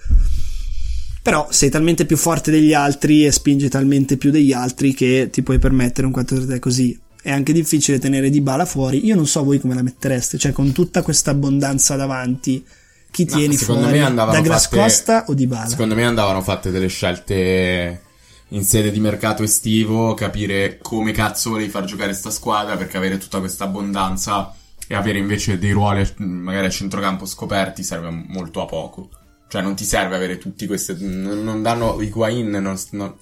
S2: Però sei talmente più forte degli altri e spingi talmente più degli altri che ti puoi permettere un 4-3 così. È anche difficile tenere Dybala fuori. Io non so voi come la mettereste, cioè con tutta questa abbondanza davanti, chi
S3: No,
S2: tieni
S3: secondo
S2: fuori?
S3: me andavano
S2: Douglas
S3: fatte-
S2: Costa o Dybala?
S3: Secondo me andavano fatte delle scelte in sede di mercato estivo, capire come cazzo volevi far giocare sta squadra perché avere tutta questa abbondanza e avere invece dei ruoli mh, magari a centrocampo scoperti serve molto a poco. Cioè non ti serve avere tutti questi... Non, non danno... Higuain non, non-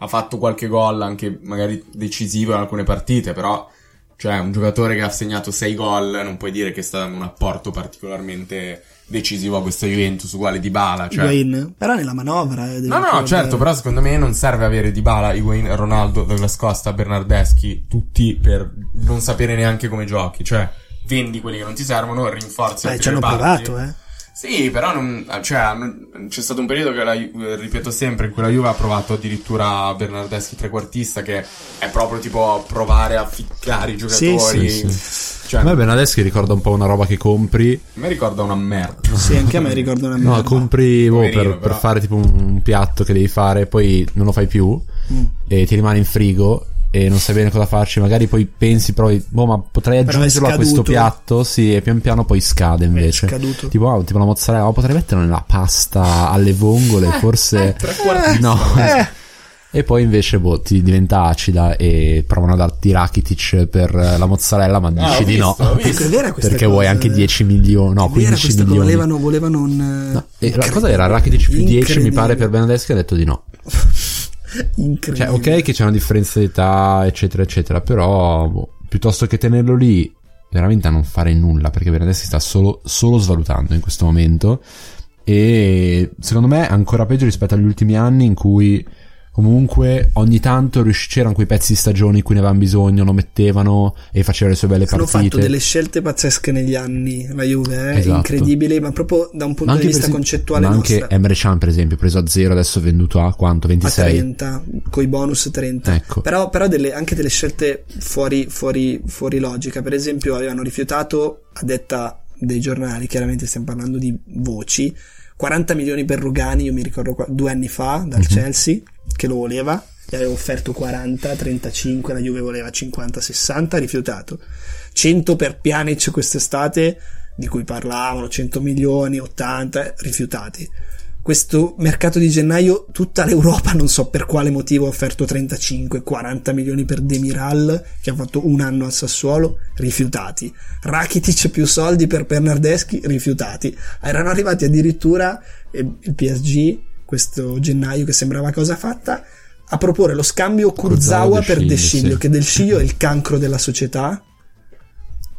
S3: ha fatto qualche gol anche magari decisivo in alcune partite, però... Cioè, un giocatore che ha segnato 6 gol non puoi dire che sta dando un apporto particolarmente decisivo a questa Juventus, uguale di Bala. Cioè,
S2: Higuain. però nella manovra eh, devi
S3: No, no,
S2: ricordare.
S3: certo, però secondo me non serve avere Dybala, Higuain, Ronaldo, Douglas Costa, Bernardeschi, tutti per non sapere neanche come giochi, cioè vendi quelli che non ti servono, rinforzi
S2: Beh,
S3: altri
S2: ci hanno
S3: reparti.
S2: provato eh.
S3: Sì, però non, cioè, hanno- c'è stato un periodo che la, Ju- ripeto sempre, in cui la Juve ha provato addirittura Bernardeschi trequartista che è proprio tipo provare a ficcare i giocatori.
S1: Sì,
S3: Cioè,
S1: A me Benadeschi ricorda un po' una roba che compri.
S3: mi ricorda una merda.
S2: *laughs* sì anche a me ricordo una
S1: No,
S2: merda.
S1: compri boh,
S3: Mm. Poverino,
S1: per, per
S3: però.
S1: fare tipo un, un piatto che devi fare, poi non lo fai più
S2: Mm.
S1: e ti rimane in frigo e non sai bene cosa farci. Magari poi pensi, provi, boh, ma potrei
S2: Però è
S1: aggiungerlo a questo
S2: scaduto."
S1: piatto. Sì, e pian piano poi scade invece.
S2: scaduto.
S1: Tipo, ah, tipo la mozzarella, ma potrei metterla nella pasta alle vongole,
S3: Eh,
S1: forse. No. *laughs*
S2: Eh,
S1: E poi invece boh, ti diventa acida e provano a darti Rakitic per eh, la mozzarella, ma
S3: Ah, ho
S1: dici di no.
S3: visto, ho visto.
S2: Ecco, è vera questa
S1: Perché
S2: cosa,
S1: vuoi anche
S2: eh.
S1: 10 milioni, no,
S2: È vera
S1: 15
S2: questa cosa,
S1: milioni.
S2: volevano, volevano un eh,
S1: No, e Ah, eh, la cosa era Rakitic più 10 mi pare per Benedeschi ha detto di no. Cioè,
S2: incredibile
S1: ok che c'è una differenza di età, eccetera, eccetera, però boh, piuttosto che tenerlo lì veramente a non fare nulla, perché Benedeschi sta solo, solo svalutando in questo momento e secondo me è ancora peggio rispetto agli ultimi anni in cui Comunque, ogni tanto riusci- c'erano quei pezzi di stagione in cui ne avevano bisogno, lo mettevano e faceva le sue belle
S2: Hanno
S1: partite.
S2: fatto delle scelte pazzesche negli anni, la Juve, eh?
S1: Esatto.
S2: incredibile, ma proprio da un
S1: Ma
S2: punto di
S1: anche, per
S2: vista
S1: esempio-
S2: concettuale
S1: ma anche
S2: nostra.
S1: Emre Can, per esempio, preso a zero, adesso venduto a quanto?
S2: a
S1: 26.
S2: 30, coi bonus 30.
S1: Ecco.
S2: Però, però delle- anche delle scelte fuori, fuori- fuori logica. Per esempio, avevano rifiutato, a detta dei giornali, chiaramente stiamo parlando di voci, 40 milioni per Rugani, io mi ricordo qua- due anni fa, dal Chelsea, che lo voleva. Gli aveva offerto 40, 35, la Juve voleva 50, 60, ha rifiutato. 100 per Pjanic quest'estate, di cui parlavano, 100 milioni, 80, rifiutati. Questo mercato di gennaio, tutta l'Europa, non so per quale motivo, ha offerto 35-40 milioni per Demiral, che ha fatto un anno al Sassuolo, rifiutati. Rakitic più soldi per Bernardeschi, rifiutati. Erano arrivati addirittura eh, il PSG, questo gennaio che sembrava cosa fatta, a proporre lo scambio Kurzawa
S1: Kurzawa-De
S2: per
S1: Sciglio,
S2: De Sciglio,
S1: sì.
S2: che Del Sciglio è il cancro della società.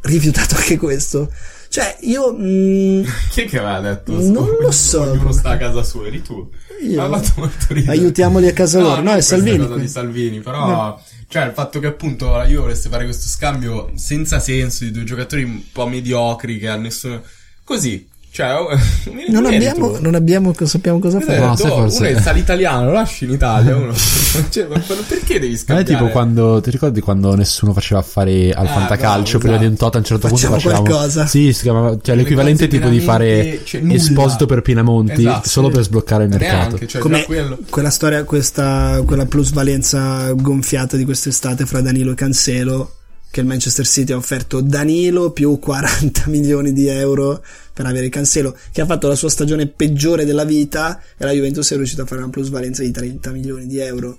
S2: Rifiutato anche questo. Cioè, io... mm,
S3: Chi è che aveva detto?
S2: Non lo so.
S3: Ognuno sta a casa sua, eri tu.
S2: Io?
S3: Ha fatto molto ridere.
S2: aiutiamoli a casa loro. No,
S3: non
S2: è
S3: questa
S2: Salvini.
S3: cosa di
S2: qui.
S3: Salvini, però... Cioè, il fatto che appunto la Juve volesse fare questo scambio senza senso di due giocatori un po' mediocri che a nessuno... Così. Cioè, *laughs* vieni-
S2: Non
S3: vieni
S2: abbiamo,
S3: tu.
S2: non abbiamo, sappiamo cosa
S3: Ed è
S2: fare.
S1: No,
S3: detto,
S1: sai,
S3: "Oh,
S1: forse-
S3: Uno è sale italiano, lo lasci in
S1: *laughs*
S3: Italia. Uno. cioè, ma quello- perché devi
S1: Non è
S3: scambiare?
S1: tipo quando ti ricordi quando nessuno faceva affare al
S3: Ah,
S1: fantacalcio
S3: bravo,
S1: prima di
S3: esatto.
S1: un tot a un certo
S2: Facciamo
S1: punto facevamo
S2: qualcosa.
S1: Sì, si chiamava cioè l'equivalente
S3: cose
S1: tipo di fare
S3: veramente- cioè, nulla.
S1: esposito per Pinamonti
S3: Esatto.
S1: solo per sbloccare il mercato.
S3: Neanche, cioè,
S2: Come
S3: già quello.
S2: quella storia, questa, quella plusvalenza gonfiata di quest'estate fra Danilo e Cancelo, che il Manchester City ha offerto Danilo più 40 *laughs* milioni di euro per avere Cancelo, che ha fatto la sua stagione peggiore della vita e la Juventus è riuscita a fare una plusvalenza di 30 milioni di euro.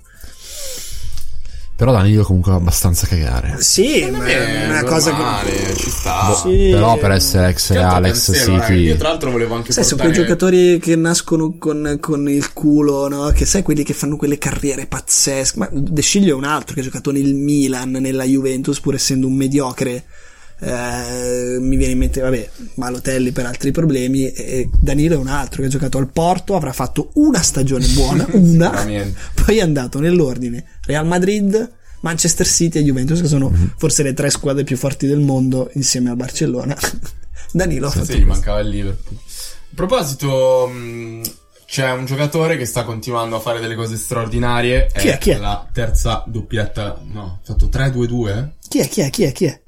S1: Però Danilo comunque va abbastanza cagare.
S2: Sì, ma è una cosa che...
S3: Eh, normale, ci sta.
S2: Sì,
S1: Però per essere ex
S3: Tanto
S1: Boh, Alex
S3: Cancelo, raga,
S1: City
S3: eh, Io tra l'altro volevo anche
S2: Sai, sono quei
S3: portare *laughs*
S2: giocatori che nascono con, con il culo, no? Che sai, quelli che fanno quelle carriere pazzesche. Ma De Sciglio è un altro che ha giocato nel Milan, nella Juventus, pur essendo un mediocre. Eh, mi viene in mente, vabbè, Malotelli per altri problemi. E Danilo è un altro che ha giocato al Porto, avrà fatto una
S3: *laughs*
S2: stagione buona, una.
S3: Sicuramente.
S2: Poi è andato nell'ordine Real Madrid, Manchester City e Juventus, che sono
S3: Mhm.
S2: forse le tre squadre più forti del mondo insieme al
S3: *laughs*
S2: Barcellona. Danilo ha fatto
S1: Esatto.
S3: Sì, gli mancava il Liverpool. A proposito, mh, c'è un giocatore che sta continuando a fare delle cose straordinarie.
S2: Chi è? Chi è?
S3: La terza doppietta. No, ha fatto 3-2-2.
S2: Chi è? Chi è? Chi è? Chi è?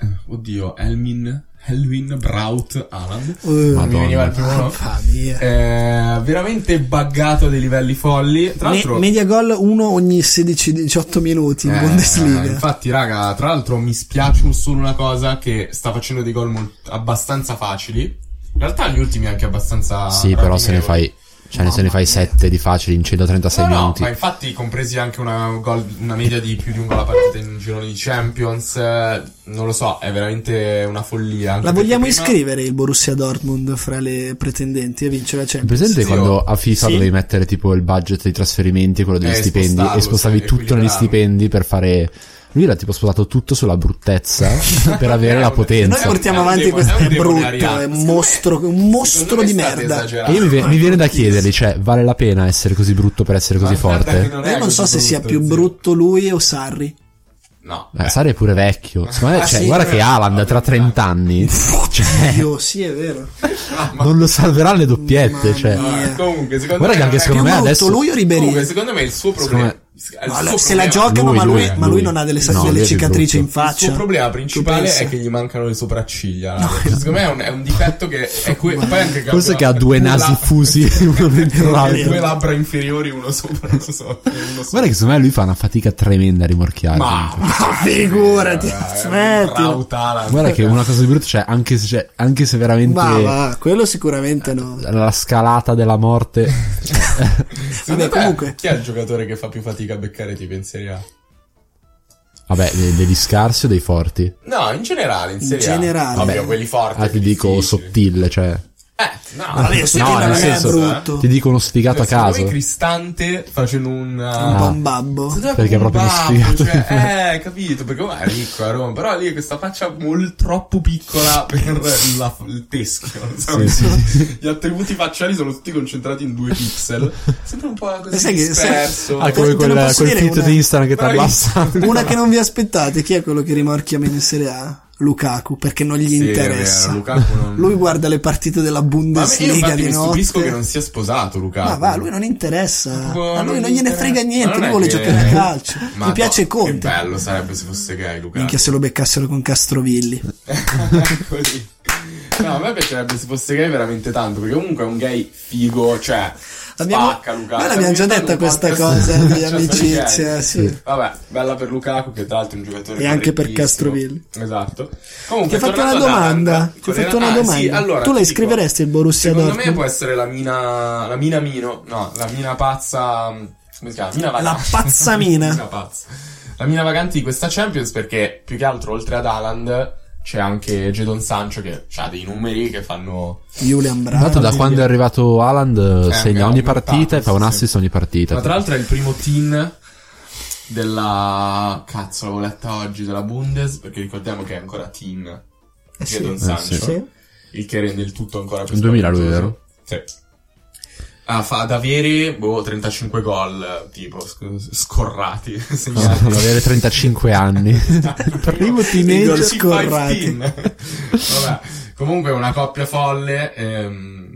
S3: eh? Eh, Oddio, Elmin. Elwin Braut Alan.
S2: Uh,
S3: Non Eh, mi veniva il primo nome.
S2: Mamma mia.
S3: Eh, veramente buggato a dei livelli folli. Tra
S2: Me-
S3: l'altro.
S2: media gol uno ogni 16-18 minuti in
S3: Eh,
S2: Bundesliga.
S3: Infatti, raga, tra l'altro mi spiace un- solo una cosa che sta facendo dei gol mol- abbastanza facili. In realtà gli ultimi anche abbastanza
S1: Sì, però se ne
S3: raffinevoli.
S1: fai cioè se ne fai 7 di facili in 136
S3: No, no,
S1: minuti.
S3: ma infatti compresi anche una, gol- una media di più di un gol a partita in un girone di Champions, eh, non lo so, è veramente una follia. anche
S2: La vogliamo
S3: perché prima-
S2: iscrivere il Borussia Dortmund fra le pretendenti a vincere la
S1: È
S2: Champions?
S1: presente
S3: Sì,
S1: quando
S3: oh.
S1: a FIFA
S2: Sì.
S1: dovevi mettere tipo il budget dei trasferimenti e quello degli
S3: Eh,
S1: stipendi
S3: spostarlo,
S1: e spostavi
S3: sì,
S1: tutto negli
S3: equilibrarlo.
S1: stipendi per fare. Lui era tipo spostato tutto sulla
S3: *laughs*
S1: bruttezza per avere la
S2: Noi
S1: potenza.
S2: portiamo
S3: È un
S2: avanti
S3: demo-
S2: questo.
S3: è
S2: È
S3: un demo di
S2: brutto,
S3: Ariane.
S2: è un
S3: Secondo me-
S2: mostro, un mostro
S3: Secondo me
S2: di
S3: state
S2: merda.
S1: E
S3: esagerando.
S1: io mi, ve- mi viene da chiedergli, cioè, vale la pena essere così brutto per essere così
S3: Ma guarda che
S1: forte?
S3: non è
S2: Io Eh, non
S3: così
S2: so se sia
S3: eh,
S2: più
S3: brutto, zio.
S2: brutto lui o Sarri.
S3: No.
S1: Eh, Sari è pure vecchio. Secondo me,
S3: Ah,
S1: cioè,
S3: sì,
S1: guarda
S3: eh.
S1: che Haaland tra 30
S3: *laughs*
S1: anni cioè,
S2: Io, sì, è vero.
S1: non lo salverà le doppiette.
S2: Mamma
S1: Cioè.
S2: mia.
S3: Ah, comunque, secondo
S1: Guarda
S3: me
S1: che anche
S3: non è-
S1: secondo me
S2: Più
S1: adesso-
S2: brutto lui o
S3: Comunque,
S2: Ribéry?
S3: secondo me il suo problema.
S1: me-
S3: il suo
S2: No, allora,
S3: problema-
S2: se la giocano,
S1: Lui,
S2: ma, lui,
S1: lui,
S2: ma lui
S1: lui.
S2: non ha delle, sa-
S1: No,
S2: delle
S1: lui è più
S2: cicatrici in
S1: brutto.
S3: Il
S2: faccia.
S3: suo problema principale
S2: pensa?
S3: è che gli mancano le sopracciglia. raga. Secondo me è un, è un difetto che è que- poi anche
S1: Forse che ha due
S3: la-
S1: nasi fusi *laughs* uno
S3: *laughs*
S1: dentro l'altro.
S3: due labbra inferiori, uno sopra e uno sotto. Uno sopra.
S1: Guarda che secondo me lui fa una fatica tremenda a rimorchiare.
S3: Ma
S2: *laughs* Ma figurati,
S3: Eh,
S2: smettila.
S3: smetti.
S1: Guarda che una cosa di brutto, cioè, anche se, cioè, anche se veramente
S2: Ma va, quello sicuramente no.
S1: la scalata della morte.
S2: *laughs* Vabbè, comunque.
S3: Chi è il giocatore che fa più fatica a beccare tipo in Serie A?
S1: Vabbè, de- degli scarsi o dei forti?
S3: No, in generale, in Serie A.
S2: generale.
S3: Ovvio, quelli forti.
S1: Ah, ti
S3: quelli
S1: dico
S3: difficili. Eh,
S1: sottile, cioè.
S3: no,
S2: Vabbè, Eh sì,
S1: no,
S2: non
S1: nel
S2: è
S3: eh.
S1: senso,
S2: brutto.
S1: ti dicono sfigato a
S3: Secondo
S1: caso.
S3: me Cristante facendo un... eh,
S2: Un po'
S1: Ah.
S2: un babbo.
S1: Perché è proprio sfigato.
S3: Cioè, eh, capito, perché ormai è ricco a Roma, però lì ha questa faccia molto troppo piccola per la- il teschio. non so
S1: Sì,
S3: come
S1: sì.
S3: sono. Gli attributi facciali sono tutti concentrati in due pixel. Sembra un po' così
S2: Sai che- sai-
S3: disperso.
S1: Ah,
S2: Te
S1: come
S2: lo
S1: quel,
S2: posso
S1: quel
S2: dire
S1: feed
S2: una-
S1: di Instagram che ti
S3: Bravi.
S1: abbassa.
S2: Una che non vi aspettate, chi è quello che rimorchia meno in Serie A? Lukaku, perché non gli
S3: Sì, è
S2: interessa.
S3: vero, Lukaku non-
S2: Lui guarda le partite della
S3: Ma a me- io
S2: Bundesliga
S3: infatti
S2: di
S3: mi stupisco che non
S2: notte.
S3: sia sposato Luca.
S2: Ma va, lui non interessa.
S3: Boh,
S2: A lui
S3: non
S2: non
S3: gli
S2: gliene
S3: interessa.
S2: frega
S3: Ma
S2: niente,
S3: non
S2: lui
S3: è
S2: vuole
S3: che-
S2: giocare a calcio.
S3: *laughs* Ma
S2: Gli piace
S3: Che
S2: Conte.
S3: bello sarebbe se fosse gay Luca. *laughs*
S2: Minchia se lo beccassero con Castrovilli.
S3: Così. No, a me piacerebbe se fosse gay veramente tanto, perché comunque è un gay figo, cioè
S2: Abbiamo-
S3: spacca Luca.
S2: Noi
S3: Stiamo
S2: l'abbiamo già detta
S3: diventando un
S2: questa
S3: podcast-
S2: cosa eh,
S3: *laughs*
S2: di
S3: cioè, solo gay.
S2: amicizia, eh, sì.
S3: Vabbè, bella per Lukaku che tra l'altro è un giocatore
S2: E anche per
S3: correttissimo.
S2: Castrovilli.
S3: Esatto. Comunque,
S2: Ti ho fatto una
S3: tornando ad
S2: domanda.
S3: Atalanta,
S2: Ti ho
S3: tornando-
S2: fatto una
S3: ah, sì,
S2: domanda.
S3: allora,
S2: tu la
S3: ti dico,
S2: iscriveresti il Borussia
S3: Secondo me
S2: Dortmund?
S3: può essere la mina la mina Mino, no, la mina pazza, mh, come si chiama? Mina
S2: La
S3: vagante.
S2: pazzamina.
S3: *laughs* Mina pazza. La mina vagante di questa Champions perché più che altro oltre ad Haaland c'è anche Jadon Sancho che ha dei numeri che fanno
S2: Julian
S1: Tanto
S2: Bravo.
S1: da quando è arrivato Haaland eh,
S3: Eh,
S1: segna
S3: anche
S1: ogni
S3: aumentato,
S1: partita e fa un
S3: sì,
S1: assist
S3: sì.
S1: ogni partita.
S3: Ma tra l'altro è il primo team della cazzo l'avevo letta oggi della Bundes perché ricordiamo che è ancora team
S2: Eh sì.
S3: Jadon
S2: Eh
S3: Sancio.
S2: sì.
S3: il che rende il tutto ancora più
S1: Un 2000 lui,
S3: spaventoso. Sì. Ah, fa ad avere boh, 35 gol tipo sc- scorrati *laughs* segnati.
S1: Ad avere
S3: *laughs*
S1: 35 anni. Primo
S2: teenager
S3: Sì, five
S2: scorrati.
S3: team. *laughs* Vabbè, comunque è una coppia folle. ehm.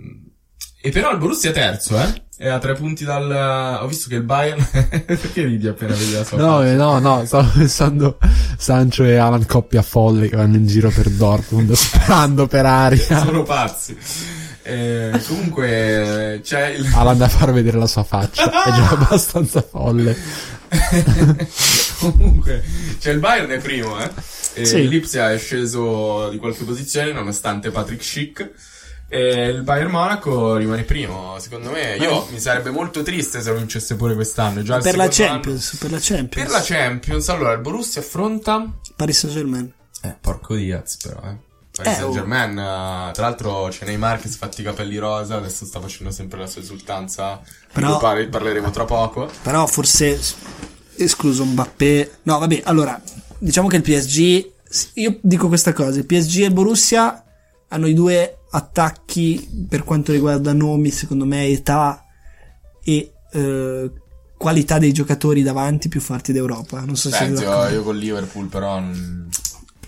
S3: E però il Borussia è terzo, eh? È a tre punti dal... Ho visto che il Bayern... *laughs* Perché ridi appena vedi la sua
S1: No,
S3: faccia?
S1: eh, no, no, stavo pensando Sancho e Alan coppia folle che vanno in giro per Dortmund *laughs* sparando per aria.
S3: Sono pazzi. Eh, comunque eh, c'è il...
S1: Alan da far vedere la sua faccia è
S2: *laughs*
S1: già abbastanza folle.
S3: *laughs* Comunque, cioè il Bayern è primo, eh? E
S1: Sì.
S3: Lipsia è sceso di qualche posizione nonostante Patrick Schick. E il Bayern Monaco rimane primo, secondo me. Io mi sarebbe molto triste se lo vincesse pure quest'anno. è Già il
S2: Per la
S3: secondo anno.
S2: Champions, per la
S3: Per
S2: Champions.
S3: la Champions, allora il Borussia affronta.
S2: Paris Saint-Germain.
S3: Eh, porco Diaz, però, eh. Paris
S2: Eh,
S3: Saint Germain, tra l'altro c'è Neymar che si è fatti i capelli rosa, adesso sta facendo sempre la sua esultanza,
S2: Però-
S3: di cui par- parleremo tra poco.
S2: Però forse s- escluso Mbappé. No, vabbè, allora, diciamo che il PSG s- io dico questa cosa, il PSG e il Borussia hanno i due attacchi per quanto riguarda nomi, secondo me, età e eh, qualità dei giocatori davanti più forti d'Europa. Non so se siete
S3: Senti,
S2: d'accordo.
S3: io con Liverpool però... mm, non-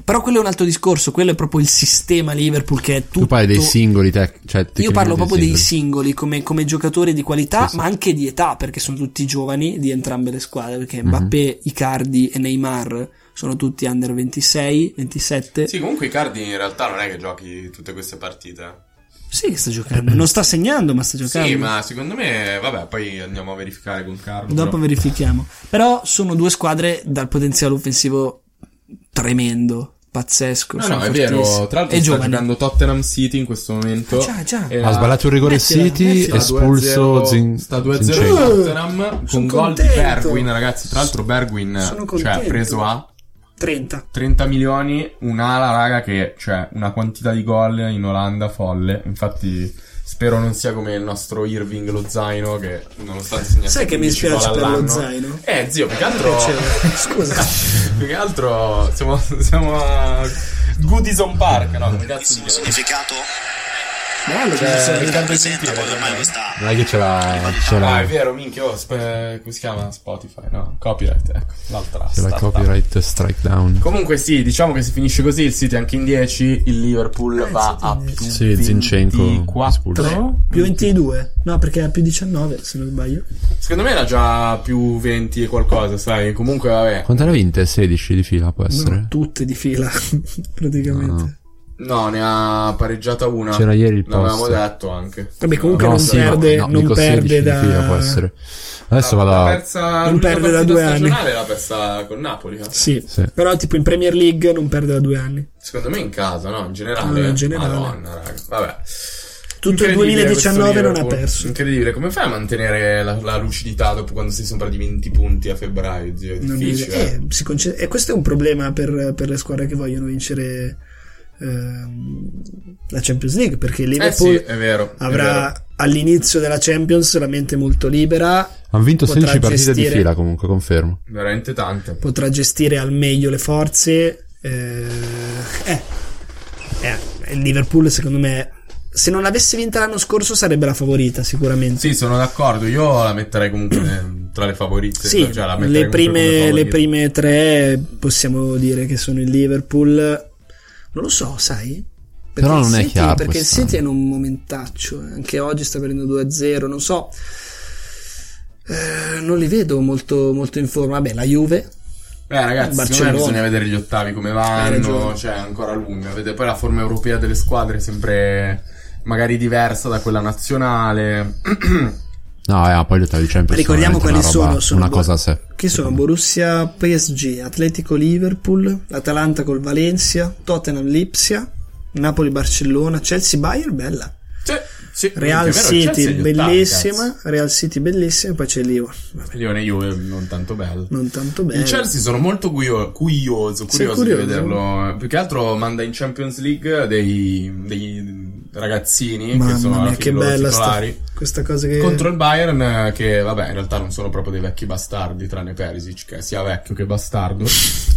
S2: Però quello è un altro discorso, quello è proprio il sistema Liverpool che è tutto
S1: Tu parli dei singoli, te, cioè,
S2: Io parlo
S1: tecnicamente
S2: proprio dei
S1: singoli.
S2: singoli come, come giocatori di qualità,
S1: Sì, sì.
S2: ma anche di età, perché sono tutti giovani di entrambe le squadre. Perché
S1: Mhm.
S2: Mbappé, Icardi e Neymar sono tutti under 26, 27. Sì,
S3: Sì, comunque Icardi in realtà non è che giochi tutte queste partite.
S2: che sta giocando. Non sta segnando, ma sta giocando.
S3: Sì, ma secondo me, vabbè, poi andiamo a verificare con Carlo.
S2: Dopo
S3: però.
S2: verifichiamo. Però sono due squadre dal potenziale offensivo tremendo, pazzesco.
S3: No,
S2: sono
S3: no, è vero.
S2: fortissime.
S3: Tra l'altro
S2: e
S3: sta
S2: giovani.
S3: giocando Tottenham City in questo momento.
S2: Ah, Già, già.
S3: E
S1: Ha sbagliato un rigore
S2: Mettila,
S1: City,
S2: mettila.
S1: espulso Zin-
S3: sta 2-0
S1: Zinchenko.
S3: Tottenham con
S2: Sono
S3: gol di
S2: contento.
S3: Bergwin, ragazzi. Tra l'altro Bergwin
S2: Sono
S3: cioè, ha
S2: contento.
S3: preso a
S2: 30.
S3: 30 milioni, un'ala, raga, che cioè una quantità di gol in Olanda folle. Infatti spero non sia come il nostro Irving lo zaino che nonostante segna
S2: Sai che mi
S3: 15 gol
S2: spiace per lo
S3: all'anno-
S2: zaino?
S3: Eh, zio, più che altro
S2: Scusa.
S3: *laughs* più che altro siamo, siamo a Goodison Park, no? Come cazzo si chiama?
S4: Significato
S2: Bello che non
S3: Eh,
S2: sei-
S3: che cazzo di
S4: presenta
S3: sentire,
S4: poi ormai
S3: eh.
S4: questa
S1: Non è che ce l'ha, ce
S3: Ah, è
S1: l'ha,
S3: vero, minchia, oh, sp- come si chiama? Spotify, no, copyright, ecco, l'altra.
S1: ce l'ha
S3: sta-
S1: copyright strike down.
S3: Comunque sì, diciamo che se finisce così il City è anche in 10, il
S2: Eh,
S3: Liverpool va a più
S1: Sì, Zinchenko
S3: 24.
S2: Più 22? No, perché era più 19, se non sbaglio.
S3: Secondo me era già più 20 e qualcosa, sai, comunque vabbè.
S1: Quante ne ha vinte? 16 di fila può essere?
S2: No, tutte di fila, praticamente.
S1: No.
S3: No, ne ha pareggiata una.
S1: C'era ieri il
S3: L'avevamo
S1: post.
S3: detto anche.
S2: Vabbè, comunque
S1: No,
S2: non
S1: sì,
S2: perde,
S1: no,
S2: non
S1: dico 16
S2: perde
S1: di
S2: da...
S1: fila, può essere. Adesso
S3: La-
S1: vado
S3: la
S1: a...
S3: persa,
S2: Non
S3: l'unica
S2: perde da
S3: partita
S2: due anni.
S3: stagionale l'ha persa con Napoli. eh.
S2: Sì.
S1: Sì.
S2: Però tipo in Premier League non perde da due anni.
S3: Secondo me in casa, no? In generale.
S2: Allora, Ah, in generale.
S3: Madonna, raga. Vabbè.
S2: Tutto il
S3: Incredibile
S2: 2019 non ha
S3: questo Liverpool.
S2: perso.
S3: Incredibile, come fai a mantenere la, la lucidità dopo quando sei sopra di 20 punti a febbraio? Zio, è
S2: Non
S3: difficile. eh.
S2: eh, si conce- e questo è un problema per, per le squadre che vogliono vincere ehm, la Champions League perché
S3: Eh sì,
S2: Liverpool
S3: è vero. è
S2: avrà
S3: vero.
S2: all'inizio della Champions la mente molto libera,
S1: Hanno vinto
S2: Potrà
S1: 16 partite di
S2: gestire-
S1: fila comunque, confermo.
S3: veramente tante.
S2: potrà gestire al meglio le forze. eh, eh, eh, il Liverpool, secondo me, se non l'avesse vinta l'anno scorso, sarebbe la favorita sicuramente.
S3: Sì, sono d'accordo. Io la metterei comunque eh, tra le favorite.
S2: Sì,
S3: cioè, la metterei
S2: le,
S3: comunque come
S2: prime, le
S3: favorita.
S2: prime tre possiamo dire che sono il Liverpool. Non lo so, sai? Perché
S1: Però
S2: il
S1: non è
S2: City-
S1: chiaro
S2: Perché il
S1: quest'anno.
S2: City è in un momentaccio. eh. Anche oggi sta perdendo 2-0. Non so. Eh, non li vedo molto, molto in forma. Vabbè, la Juve.
S3: Beh, Eh, ragazzi, secondo me
S2: Barcellona.
S3: bisogna vedere gli ottavi come vanno.
S2: ragione.
S3: Cioè, è ancora lunga. Vedete, poi la forma europea delle squadre è sempre magari diversa da quella nazionale. *clears throat*
S1: No, eh, poi gli ottavi di Champions
S2: Ricordiamo
S1: sono veramente
S2: quali
S1: una
S2: sono, sono
S1: una
S2: due. Cioè,
S1: cosa a sé.
S2: Che sono Borussia PSG, Atletico Liverpool, Atalanta col Valencia, Tottenham Lipsia, Napoli Barcellona, Chelsea Bayern. Bella.
S3: Cioè, sì,
S2: Real
S3: è vero, il Chelsea
S2: City
S3: è agli ottavi,
S2: bellissima,
S3: cazzo.
S2: Real City bellissima, e poi c'è l'Ivo. Vabbè,
S3: Lione e Juve non tanto bello.
S2: non tanto bene.
S3: Il Chelsea sono molto guio- curioso,
S2: Sì,
S3: curioso di
S2: curioso.
S3: vederlo. Più che altro manda in Champions League dei, dei ragazzini che sono
S2: Mamma
S3: alla
S2: mia,
S3: fine
S2: che
S3: i loro
S2: bella sta,
S3: titolari.
S2: questa cosa che
S3: Contro il Bayern, eh, che vabbè, in realtà non sono proprio dei vecchi bastardi, tranne Perisic, che sia vecchio
S2: *laughs*
S3: che bastardo.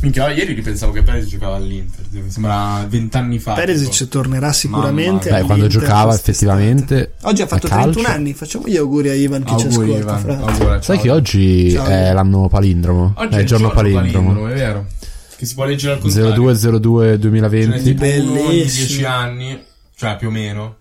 S3: Minchia, ieri ripensavo che Perisic giocava all'Inter, cioè, mi sembra vent'anni fa.
S2: Perisic
S3: tipo.
S2: tornerà sicuramente.
S3: Mamma mia.
S1: Beh, quando
S2: all'Inter
S1: giocava
S2: quest'estate.
S1: effettivamente
S2: Oggi ha fatto
S1: a calcio.
S2: 31 anni, facciamo gli auguri a Ivan che
S3: Auguri,
S2: ci ascolta.
S3: Ivan,
S2: fra.
S3: auguri,
S1: Sai
S3: ciao.
S1: che oggi
S2: Ciao.
S1: è l'anno palindromo?
S3: Oggi
S1: è il giorno, palindromo.
S3: è vero. Che si può leggere al contrario.
S1: 0202
S3: Ce n'è tipo
S1: 2020.
S3: uno ogni 10
S2: Bellissimo.
S3: anni, cioè più o meno,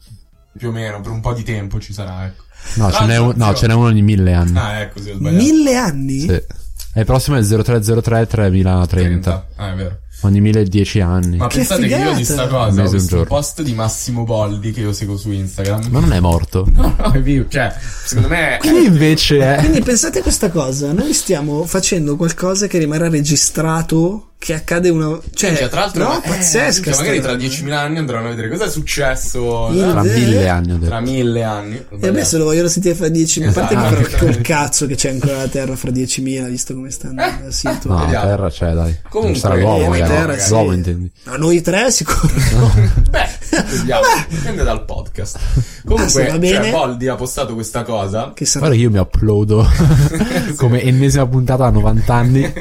S3: più o meno, per un po' di tempo ci sarà, ecco.
S1: No, ce
S3: Ah,
S1: n'è, un- no,
S3: zio.
S1: ce n'è uno ogni mille anni.
S3: Ah, ecco, se ho sbagliato.
S2: Mm. Mille anni?
S1: Sì. E il prossimo è 0303 3030.
S3: Ah, è vero.
S1: Ogni 1010 anni.
S3: Ma
S1: Ma,
S2: Che
S3: pensate che io
S2: figata!
S3: di sta
S1: Un
S3: cosa
S1: mese,
S3: ho
S1: un
S3: visto un
S1: giorno.
S3: post di Massimo Boldi che io seguo su Instagram.
S1: non è morto.
S3: *laughs* No, no, è vivo. Cioè, secondo me...
S1: Chi invece è?
S2: Quindi pensate a questa cosa, noi stiamo facendo qualcosa che rimarrà registrato, che accade una... Cioè,
S3: Cioè, tra l'altro,
S2: no,
S3: eh,
S2: pazzesca.
S3: cioè, magari
S2: sta
S3: tra
S2: roba. eh.
S3: 10.000 anni andranno a vedere cosa è successo
S2: Io-
S1: Tra
S3: tra,
S1: mille anni ho
S3: tra
S1: detto.
S3: mille ananni.
S2: E a me se lo vogliono sentire fra 10.000, a parte
S3: Esatto.
S2: che farò col cazzo che c'è ancora la Terra fra 10.000, visto come sta andando il sito.
S1: No,
S3: Vediamo.
S1: terra c'è, dai. non
S3: Comunque,
S1: sarà l'uomo,
S3: eh,
S1: magari.
S3: terra, sì.
S1: L'uomo intendi.
S2: No, noi tre sicuro.
S3: Beh, vediamo. Dipende dal podcast. Comunque,
S2: Ah, se va
S3: cioè,
S2: bene.
S3: Boldi ha postato questa cosa.
S2: che sarà
S1: Guarda che io mi
S3: *laughs*
S1: uploado *laughs* come ennesima puntata a 90 anni.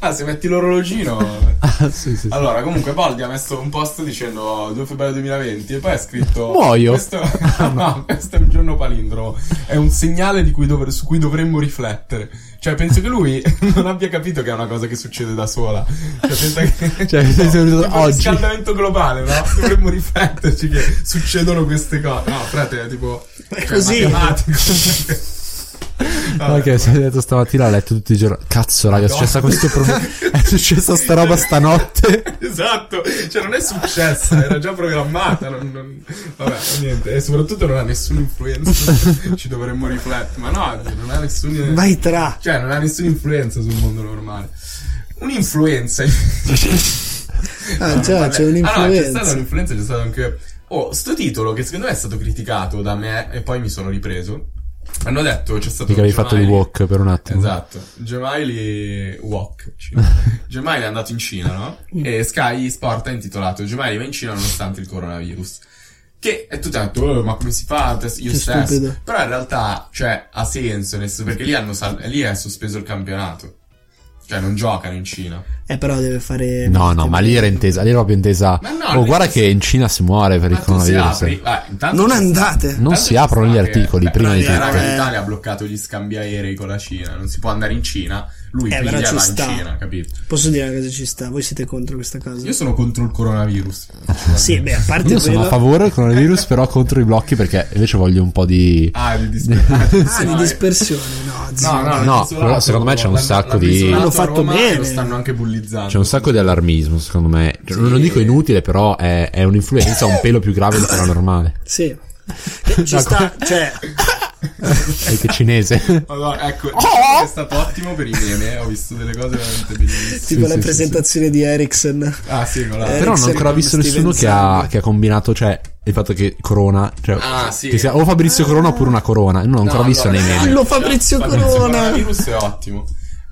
S3: ah, se metti l'orologino.
S1: Ah, sì, sì, sì.
S3: Allora, comunque, Boldi ha messo un post dicendo 2 febbraio 2020 e poi ha scritto:
S1: Muoio.
S3: Questo, *laughs* no, questo è un giorno palindromo. È un segnale di cui dovre- su cui dovremmo riflettere. Cioè, penso che lui *laughs* non abbia capito che è una cosa che succede da sola. Cioè, pensa che.
S1: *laughs* Cioè, sei
S3: *laughs*
S1: venuto
S3: tipo
S1: oggi.
S3: riscaldamento globale, no? Dovremmo rifletterci che succedono queste cose. No, frate, è tipo.
S2: *laughs*
S3: Cioè,
S2: così.
S3: matematico. Vabbè.
S1: Ok, si è detto stamattina, ho letto tutti i giornali. Cazzo, raga, è
S3: Madonna.
S1: successa questo problema. È successa sta roba stanotte.
S3: Esatto, cioè non è successa, era già programmata. non- non- Vabbè, niente, e soprattutto non ha
S2: *laughs*
S3: nessuna influenza. Ci dovremmo riflettere, ma no, cioè, non ha nessun.
S2: Vai tra.
S3: Cioè, non ha nessuna influenza sul mondo normale. Un'influenza.
S2: Ah, già, c'è
S3: Ah, no, c'è stata
S2: un'influenza.
S3: un'influenza, c'è stato anche. Oh, sto titolo che secondo me è stato criticato da me e poi mi sono ripreso. Hanno detto c'è stato
S1: Dica, avevi
S3: Gemaili-
S1: fatto il walk per un attimo.
S3: Esatto, Gemaili
S1: *laughs*
S3: Walk. Gemaili è andato in Cina, no?
S1: Mm.
S3: E Sky Sport ha intitolato Gemaili va in Cina nonostante il coronavirus. Che e tu ti hai detto, "Oh, ma come si fa? Te- Io
S2: Che
S3: stesso.
S2: stupido.
S3: Però in realtà, cioè, ha senso, nel senso- perché lì, hanno sal- lì è sospeso il campionato. Cioè, non giocano in Cina.
S2: Eh, però deve fare.
S1: No, no, ma lì era intesa, lì era proprio intesa.
S3: Ma no,
S1: oh,
S3: lì
S1: guarda
S3: si-
S1: che in Cina si muore per
S3: Ma
S1: il
S3: tu se
S1: coronavirus.
S3: apri, ah, intanto
S2: Non
S3: ci sta-
S2: andate.
S1: Non
S3: Tanto
S1: si
S3: ci
S1: aprono
S3: sta
S1: gli
S3: che-
S1: articoli
S3: beh,
S1: prima di
S3: però, eh,
S1: tutto.
S3: raga,
S2: Eh.
S3: l'Italia ha bloccato gli scambi aerei con la Cina, non si può andare in Cina. Lui
S2: Eh, però
S3: piglia
S2: ci
S3: va in
S2: sta.
S3: Cina, capito?
S2: Posso dire una cosa ci sta? Voi siete contro questa cosa?
S3: Io sono contro il coronavirus.
S2: Sì, beh, a parte
S1: Io
S2: quello.
S1: sono a favore del coronavirus, però contro i blocchi perché invece voglio un po' di.
S3: Ah, eh. di
S1: *laughs*
S3: dispersione.
S2: Ah, di dispersione. No, zio.
S1: eh. no, però secondo me c'è un sacco di-
S2: L'hanno fatto bene.
S3: Lo stanno anche bullizzando.
S1: C'è un sacco di allarmismo, secondo me. Cioè, Non lo
S3: Sì.
S1: dico inutile, però è, è un'influenza un pelo più grave di quella normale.
S3: *laughs*
S2: Sì. Eh, Ci sta. Cioè,
S1: È che è cinese.
S3: Madonna, ecco,
S2: Oh!
S3: diciamo che è stato ottimo per i meme. eh, Ho visto delle cose veramente bellissime.
S2: tipo la
S1: sì, sì,
S2: presentazione di Ericsson.
S3: Ah, sì, con la...
S2: Eh,
S1: Però non ho ancora
S2: Ericsson
S1: visto
S2: con
S1: nessuno che
S2: Steven
S1: ha,
S2: Zang.
S1: che ha combinato, cioè, il fatto che Corona, cioè,
S3: Ah, sì.
S1: che sia o Fabrizio Corona oppure una Corona. Io Non ho ancora
S3: No,
S1: visto
S3: allora,
S1: nei meme.
S2: Bello Fabrizio Corona.
S3: coronavirus è ottimo.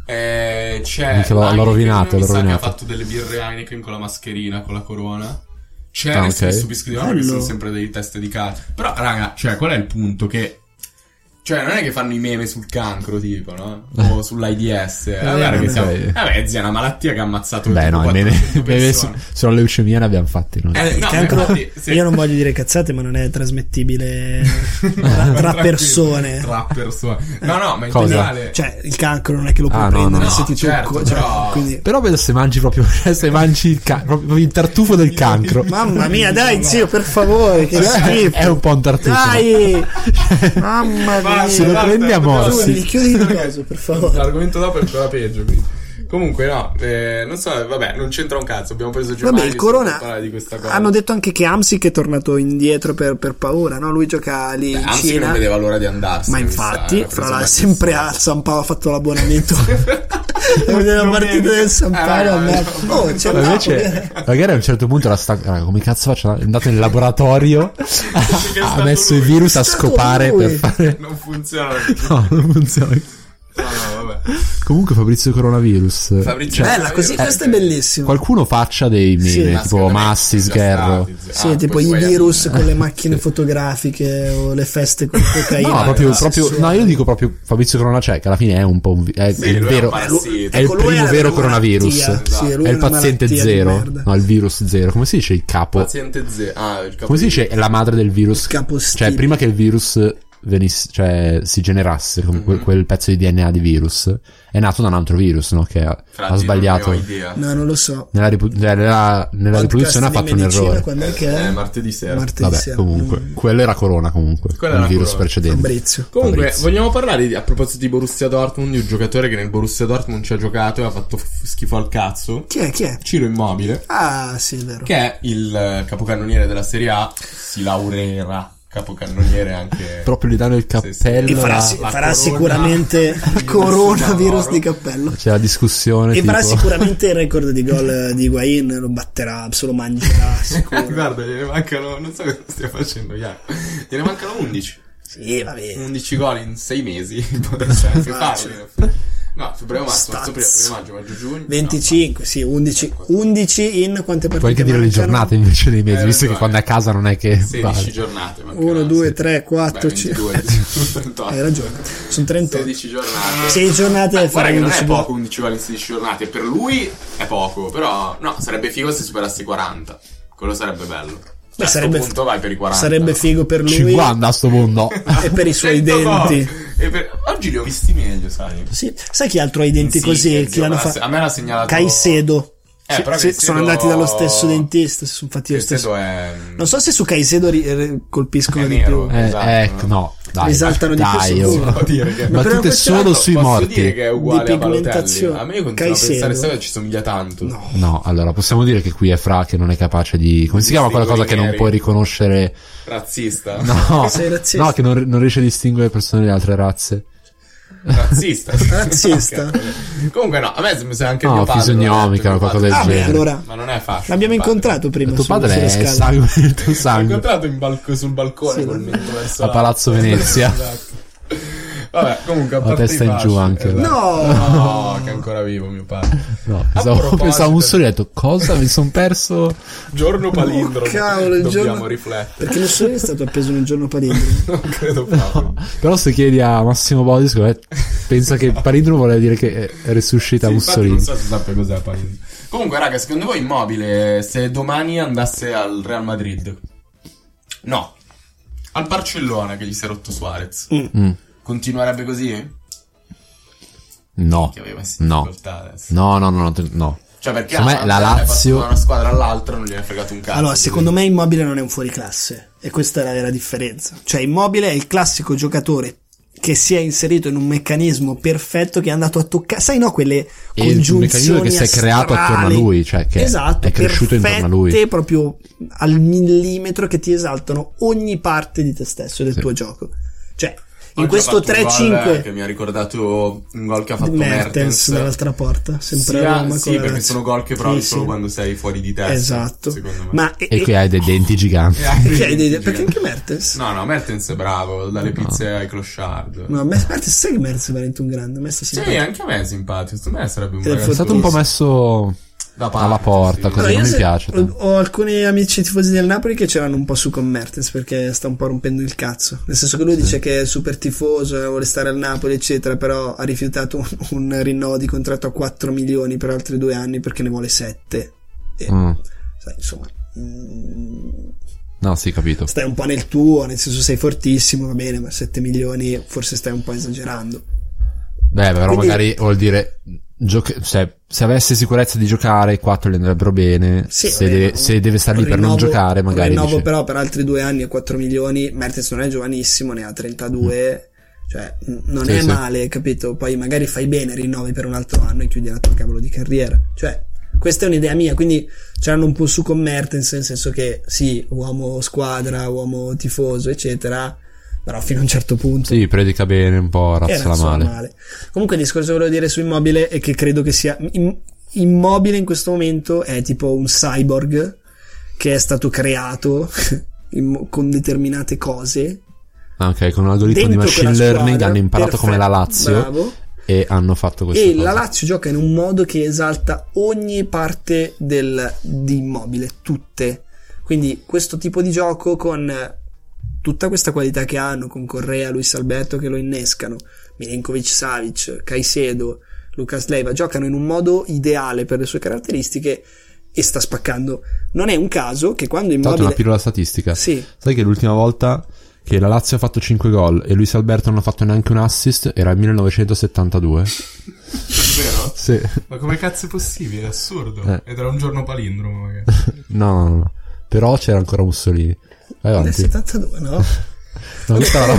S3: Eh, c'è
S1: Minchia, l'ho- l'ho
S3: Heineken,
S1: rovinato,
S3: mi
S1: l'ho
S3: sa che
S1: rovinato.
S3: ha fatto delle birre Heineken con la mascherina, con la corona. C'è
S1: Ah,
S3: e
S1: ok.
S3: se mi stupisco di loro perché
S2: Bello.
S3: sono sempre dei teste di cazzo. Però, raga, cioè, qual è il punto? Che. Cioè, non è che fanno i meme sul cancro, tipo, no?
S1: Eh.
S3: O sull'AIDS. Eh, guarda che
S2: vabbè.
S3: siamo... Vabbè, zia, è una malattia che ha ammazzato
S1: Beh,
S3: tipo
S1: no, i meme, *laughs*
S3: 400
S1: meme
S3: persone.
S1: su- sulla leucemia ne abbiamo fatti noi.
S3: Eh,
S2: Il
S3: no,
S2: cancro-
S3: infatti, sì. *laughs*
S2: Io non voglio dire cazzate, ma non è trasmettibile tra,
S3: Ma
S2: tra
S3: tranquillo,
S2: persone.
S3: Tra persone. No, no, ma in
S1: Cosa?
S3: generale.
S2: Cioè, il cancro non è che lo puoi
S1: Ah, no,
S2: prendere
S1: no,
S2: se
S3: no,
S2: ti
S3: certo,
S2: tocco. cioè,
S3: però-
S2: quindi-
S1: Però vedo se mangi proprio, *laughs* se mangi il, ca- proprio il tartufo del cancro.
S2: Mamma mia, dai, zio, per favore,
S3: Eh,
S1: *laughs*
S2: che
S1: Cioè,
S2: schifo.
S1: è un po' un tartufo.
S2: Dai! Mamma mia.
S1: Se lo
S3: basta,
S1: prendi a
S3: dobbiamo-
S1: morsi.
S2: Chiudi, chiudi il coso, per favore.
S3: L'argomento dopo è ancora peggio. Quindi. Comunque, no, eh, non so, vabbè, non c'entra un cazzo. Abbiamo preso Giovanni
S2: Vabbè, il
S3: solo per
S2: Corona.
S3: parlare di questa cosa.
S2: Hanno detto anche che Amsic è tornato indietro per, per paura, no? Lui gioca lì in
S3: Anzi,
S2: Cina.
S3: non vedeva l'ora di andarsene.
S2: Ma
S3: mi sa, eh,
S2: infatti,
S3: era
S2: fra
S3: preso
S2: l'altro,
S3: mezzo
S2: sempre
S3: sole.
S2: al San Paolo ha
S1: *laughs*
S2: fatto l'abbonamento. Per vedere la
S3: Non
S2: partita
S3: vedi.
S2: del San
S3: Eh,
S2: Paolo.
S3: raga,
S2: andava-
S3: no,
S2: Oh, c'è
S1: Ma
S2: il Napoli.
S1: invece, cioè, magari a un certo punto era stanco. Raga, come cazzo faccio? È andato nel
S3: *laughs*
S1: laboratorio,
S3: è
S1: ha
S3: stato
S1: messo
S3: lui.
S1: il virus a
S2: È stato
S1: scopare
S2: lui.
S1: per fare. *laughs*
S3: Non funziona.
S1: No, non funziona.
S3: No, no, vabbè.
S1: Comunque, Fabrizio Coronavirus.
S3: Fabrizio,
S2: Bella, così,
S3: eh,
S2: questo è bellissimo.
S1: Qualcuno faccia dei meme,
S2: Sì.
S3: ma
S1: tipo
S3: secondo me
S1: Massi,
S3: ci sono già
S1: Sgherro.
S3: stati, zia.
S2: Sì,
S3: Ah,
S2: tipo
S3: poi
S2: i
S3: poi-
S2: virus
S1: *laughs*
S2: con le macchine fotografiche o le feste con la cocaina.
S1: No,
S3: Eh,
S1: proprio,
S3: sì,
S1: proprio-
S2: sì.
S1: no, io dico proprio Fabrizio Corona, cioè, che alla fine è un po' un vi- è
S3: Sì,
S1: il
S3: lui è
S1: vero.
S3: un
S2: Lui-
S3: parassita.
S1: è il
S2: ecco, lui
S1: primo
S2: la
S1: vero coronavirus.
S2: malattia,
S3: Esatto.
S2: sì, lui
S1: È il
S2: una
S1: paziente
S2: malattia di
S1: zero,
S2: merda.
S1: no, il virus zero. Come si dice il capo?
S3: Paziente zero. Ah, il capo
S1: Come si dice è la madre del virus?
S2: Capostipite.
S1: Cioè, prima che il virus venisse, cioè, si generasse come quel, quel pezzo di DNA di virus, è nato da un altro virus, no? Che ha,
S3: Fra
S1: ha
S3: zio,
S1: sbagliato.
S3: Non ne ho idea.
S2: No, non lo so.
S1: Nella, ripu- cioè, nella- nella
S2: Podcast
S1: riproduzione ha
S2: di
S1: fatto un
S2: medicina,
S1: errore.
S2: Quando è
S3: Eh,
S2: che è?
S3: è martedì sera.
S2: Martedì
S1: Vabbè,
S2: sera.
S1: comunque,
S2: Mm.
S1: quello era Corona. Comunque,
S3: Quello
S1: il
S3: era
S1: virus
S3: Corona.
S1: precedente.
S2: Fabrizio.
S3: Comunque,
S1: Fabrizio.
S3: vogliamo parlare di- a proposito di Borussia Dortmund, di un giocatore che nel Borussia Dortmund ci ha giocato e ha fatto f- schifo al cazzo.
S2: Chi è? Chi è?
S3: Ciro Immobile,
S2: Ah, sì, è vero.
S3: che è il eh, capocannoniere della Serie A, si laureerà capocannoniere anche.
S1: Proprio gli danno il
S3: Sì, sì.
S1: cappello.
S2: E farà,
S1: la-
S2: si-
S3: la
S2: farà
S1: *laughs*
S3: corona-
S2: sicuramente
S3: il
S2: coronavirus
S3: Bolsonaro.
S2: di cappello.
S1: C'è la discussione.
S2: E farà
S1: tipo-
S2: sicuramente il record di gol eh, di Higuain, lo batterà, se lo
S3: *laughs*
S2: mangerà
S3: Eh,
S2: sicuro.
S3: Guarda, gliene mancano, non so cosa stia facendo, Iaco. Gliene mancano 11.
S2: sì, va bene.
S3: 11 gol in 6 mesi, *laughs* potrebbe anche
S2: Facile.
S3: farlo. No, febbraio, marzo, marzo, aprile,
S2: Stazzo.
S3: aprile, maggio, maggio, giugno.
S2: 25, sì, 11, 11 in quante partite?
S1: Puoi anche dire le
S2: mancano?
S1: giornate invece dei mesi,
S3: Eh,
S1: visto
S3: lo
S1: che
S3: so,
S1: quando è a casa non è che.
S3: 16
S1: vale.
S3: giornate. mancheranno,
S2: 1, 2,
S3: sì.
S2: 3,
S3: Beh,
S2: 4, 5.
S3: 22, 38.
S2: *laughs* Hai ragione, sono 38.
S3: 16 giornate.
S2: 6 giornate
S3: Beh,
S2: per
S3: guarda
S2: fare
S3: che non
S2: 11
S3: è
S2: gol.
S3: poco 11 gol in 16 giornate, per lui è poco, però no, sarebbe figo se superasse i 40. Quello sarebbe bello. Cioè,
S2: sarebbe-
S3: a sto punto vai per i 40.
S2: Sarebbe
S3: no?
S2: figo per lui
S1: 50 a sto mondo. *laughs*
S2: e per i suoi
S3: 100 gol.
S2: denti.
S3: E per- Oggi li ho visti meglio, sai.
S2: Sì. Sai chi altro ha i denti
S3: Insigne,
S2: così?
S3: zio,
S2: Che l'hanno
S3: me l'ha-
S2: fa-
S3: a me l'ha segnalato-
S2: Caicedo.
S3: Eh,
S2: Sì,
S3: però
S2: sì,
S3: Caicedo-
S2: Sono andati dallo stesso dentista, si sono fatti lo
S3: Cioè, Questo
S2: stesso.
S3: è
S2: Non so se su Caicedo ri- eh, colpiscono
S3: È
S2: di
S3: nero. *laughs*
S2: più.
S1: Eh,
S3: Esatto.
S1: ecco, no. Dai,
S2: Esaltano di più
S1: dai,
S2: sul
S1: oh.
S2: culo.
S3: Posso dire
S1: Ma
S3: che-
S2: però
S1: tutte
S2: questo
S1: solo
S2: lato
S1: sui
S3: Posso
S1: morti.
S3: dire che è uguale a
S2: Di
S3: Balotelli.
S2: pigmentazione.
S3: A me io continuo a
S2: Caicedo.
S3: pensare sempre che ci somiglia tanto.
S2: No.
S1: No, allora possiamo dire che qui è Fra che non è capace di. Come si chiama quella cosa che non puoi riconoscere?
S3: Razzista.
S1: *laughs* No,
S2: Sei razzista.
S1: no che non, non riesce a distinguere persone di altre razze.
S2: *laughs*
S3: Razzista.
S2: Razzista.
S3: Ok. Comunque no, a me sembra anche
S1: No,
S3: mio padre.
S1: fisionomica,
S3: l'ha detto,
S1: qualcosa
S3: mio
S1: del
S2: Ah,
S3: padre.
S2: beh,
S1: genere.
S2: allora.
S3: Ma non è facile.
S2: L'abbiamo
S3: mio padre.
S2: incontrato prima.
S1: Tuo
S2: su-
S1: padre
S2: sulle
S1: è
S2: scale.
S1: sangue *laughs* il tuo
S3: L'ho
S1: sangue.
S3: incontrato in balco- sul balcone
S2: Sì,
S3: col
S2: no.
S3: mento verso
S1: A Palazzo Venezia.
S3: *laughs* Esatto. Vabbè, comunque a
S1: La
S3: parte
S1: testa
S3: i
S1: in giù
S3: baci,
S1: anche,
S3: esatto.
S2: No!
S3: No, che è ancora vivo mio padre.
S1: No,
S3: A
S1: pensavo,
S3: proposito-
S1: pensavo a un solo e ho detto cosa? Mi sono perso.
S3: Giorno palindromo.
S2: Oh, cavolo, il
S3: Dobbiamo
S2: giorno-
S3: riflettere.
S2: Perché Mussolini è stato appeso nel giorno palindromo.
S3: Non credo proprio.
S1: Però se chiedi a Massimo Bodis, secondo me, pensa che Palindromo vuole dire che eh, resuscita
S3: Sì, infatti
S1: Mussolini.
S3: non so se sappia cos'è palindromo. Comunque, raga, secondo voi Immobile se domani andasse al Real Madrid? No. Al Barcellona che gli si è rotto Suarez.
S1: Mm.
S3: Continuerebbe così?
S1: No.
S3: Che aveva messo in
S1: No.
S3: difficoltà adesso.
S1: No, no, no, no, te- no.
S3: Cioè, perché
S1: Secondo me
S3: ah,
S1: la
S3: è passato
S1: Lazio-
S3: da una squadra all'altra non gli è fregato un cazzo.
S2: Allora, secondo me Immobile non è un fuoriclasse e questa è la vera differenza. Cioè, Immobile è il classico giocatore che si è inserito in un meccanismo perfetto che è andato a toccare, sai no, quelle
S1: E il meccanismo
S2: congiunzioni
S1: che si è creato
S2: astrali.
S1: attorno a lui, cioè che
S2: esatto,
S1: è cresciuto intorno a lui.
S2: perfette, proprio al millimetro che ti esaltano ogni parte di te stesso e del tuo gioco. Cioè, in
S3: Oggi
S2: questo
S3: ha fatto un gol, eh,
S2: 3-5
S3: Che mi ha ricordato un gol che ha fatto
S2: Mertens
S3: Mertens.
S2: dall'altra porta, sempre
S3: Sia-
S2: a Roma
S3: sì,
S2: con la
S3: perché
S2: Lazio.
S3: sono gol che provi
S2: Sì,
S3: solo
S2: sì.
S3: quando sei fuori di testa.
S2: Esatto.
S3: Secondo *laughs* me. Eh,
S2: Ma e-
S1: E
S2: e-
S1: qui hai dei denti giganti.
S3: E anche
S2: perché, hai
S3: i
S2: dei-
S3: giganti.
S2: Cioè, perché anche Mertens?
S3: No, no, Mertens è bravo,
S1: Ah.
S3: dalle pizze ai clochard.
S2: No, Mer- Mertens, sai che Mertens è veramente un grande? A me sta
S3: Sì, eh,
S2: simpatico.
S3: anche a me è simpatico, secondo me sarebbe un
S2: È
S1: È
S3: ragazzo
S1: stato un po' messo.
S3: da parte,
S1: alla porta,
S3: sì.
S1: così non
S2: Allora, io
S1: mi
S2: se-
S1: piace.
S2: Ho, ho alcuni amici tifosi del Napoli che c'erano un po' su con Mertens perché sta un po' rompendo il cazzo. Nel senso che lui dice che è super tifoso, eh, vuole stare al Napoli, eccetera, però ha rifiutato un, *laughs* un rinnovo di contratto a 4 milioni per altri due anni perché ne vuole 7. E,
S1: Mm.
S2: sai, insomma, mm,
S1: No, sì, capito.
S2: stai un po' nel tuo, nel senso sei fortissimo, va bene, ma 7 milioni forse stai un po' esagerando.
S1: Beh, però
S2: Quindi-
S1: magari vuol dire. gioca- cioè, se avesse sicurezza di giocare, i 4 gli andrebbero bene.
S2: Sì,
S1: se,
S2: vabbè,
S1: deve,
S2: ma
S1: se deve stare
S2: un
S1: lì per non
S2: rinnovo-
S1: giocare,
S2: Un
S1: magari.
S2: rinnovo
S1: dice-
S2: però per altri due anni e 4 milioni. Mertens non è giovanissimo, ne ha 32. Cioè, n- non
S1: Sì,
S2: è
S1: sì.
S2: male, capito? Poi magari fai bene, rinnovi per un altro anno e chiudi la tua cavolo di carriera. Cioè, questa è un'idea mia, quindi c'erano un po' su con Mertens, nel senso che sì, uomo squadra, uomo tifoso, eccetera, però fino a un certo punto.
S1: Sì, predica bene un po',
S2: Eh,
S1: razzola
S2: razzola
S1: male.
S2: male. Comunque il discorso che volevo dire su Immobile è che credo che sia im- Immobile in questo momento è tipo un cyborg che è stato creato *laughs* in mo- con determinate cose.
S1: Ah, Ok, con un algoritmo di
S2: Dentro
S1: machine
S2: quella squadra,
S1: learning hanno imparato come la
S2: perfetto,
S1: Lazio
S2: bravo.
S1: e hanno fatto questo.
S2: E la Lazio gioca in un modo che esalta ogni parte del- di Immobile, tutte. Quindi questo tipo di gioco con tutta questa qualità che hanno, con Correa, Luis Alberto che lo innescano, Milinkovic Savic, Caicedo, Lucas Leiva, giocano in un modo ideale per le sue caratteristiche e sta spaccando. Non è un caso che quando
S1: Tanto una
S2: Immobile...
S1: pillola statistica.
S2: Sì,
S1: Sai che l'ultima volta che la Lazio ha fatto 5 gol e Luis Alberto non ha fatto neanche un assist era il 1972.
S3: Vero?
S1: sì.
S3: Ma come cazzo è possibile? È assurdo.
S1: Eh.
S3: Ed era un giorno palindromo, magari.
S1: No, no, no. Però c'era ancora Mussolini. Vai
S2: nel
S1: avanti. *laughs*
S2: 72, no?
S1: No, questa è una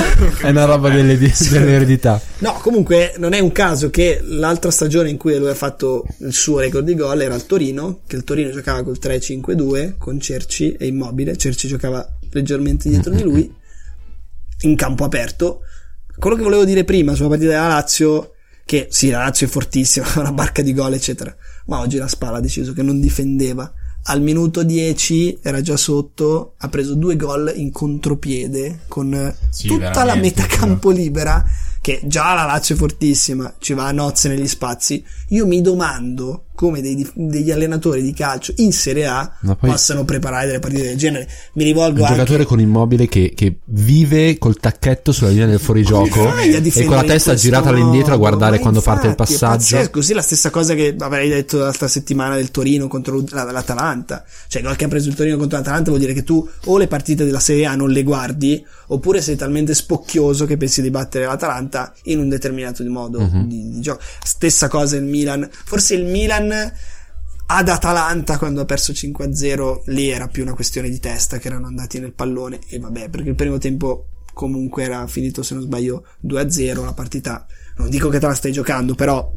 S1: roba- è una roba delle- dell'eredità.
S2: No, comunque non è un caso che l'altra stagione in cui lui ha fatto il suo record di gol era al Torino, che il Torino giocava col 3-5-2 con Cerci e Immobile, Cerci giocava leggermente dietro di
S3: *laughs*
S2: lui in campo aperto. Quello che volevo dire prima sulla partita della Lazio che sì, la Lazio è fortissima, *laughs* ha una barca di gol, eccetera, ma oggi la Spalla ha deciso che non difendeva. Al minuto 10 era già sotto, ha preso due gol in contropiede con eh,
S3: Sì,
S2: tutta la
S3: veramente,
S2: metà campo libera che già la Lazio è fortissima, ci va a nozze negli spazi. Io mi domando come dei dif- degli allenatori di calcio in Serie A
S1: Ma poi-
S2: possano preparare delle partite del genere. Mi rivolgo
S1: Un
S2: anche
S1: giocatore con immobile che, che vive col tacchetto sulla linea del
S2: *laughs*
S1: fuorigioco
S2: Fai
S1: e
S2: a
S1: con
S2: difendere
S1: la
S2: in
S1: testa
S2: questo
S1: girata all'indietro a
S2: modo?
S1: guardare
S2: Ma
S1: quando parte il
S2: infatti, è
S1: passaggio.
S2: pazzesco. Sì, la stessa cosa che avrei detto l'altra settimana del Torino contro l'U- la- l'Atalanta. Cioè, il gol che ha preso il Torino contro l'Atalanta vuol dire che tu o le partite della Serie A non le guardi, oppure sei talmente spocchioso che pensi di battere l'Atalanta in un determinato modo di, di gioco. Stessa cosa il Milan. Forse il Milan ad Atalanta quando ha perso 5-0 lì era più una questione di testa che erano andati nel pallone e vabbè perché il primo tempo comunque era finito se non sbaglio 2-0 la partita non dico che te la stai giocando però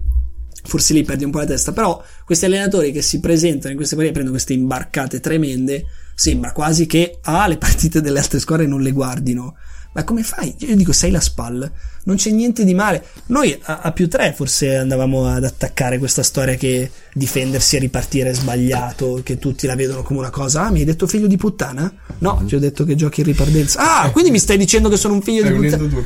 S2: forse lì perdi un po' la testa però questi allenatori che si presentano in queste partite prendono queste imbarcate tremende sembra quasi che ah, le partite delle altre squadre non le guardino ma come fai? Io dico sei la spalla, non c'è niente di male. Noi a, a più tre forse andavamo ad attaccare questa storia che difendersi e ripartire è sbagliato, che tutti la vedono come una cosa. Ah, mi hai detto figlio di puttana? No, ti ho detto che giochi in ripartenza. Ah, quindi mi stai dicendo che sono un figlio
S3: Stai
S2: di
S3: unendo
S2: puttana?
S3: due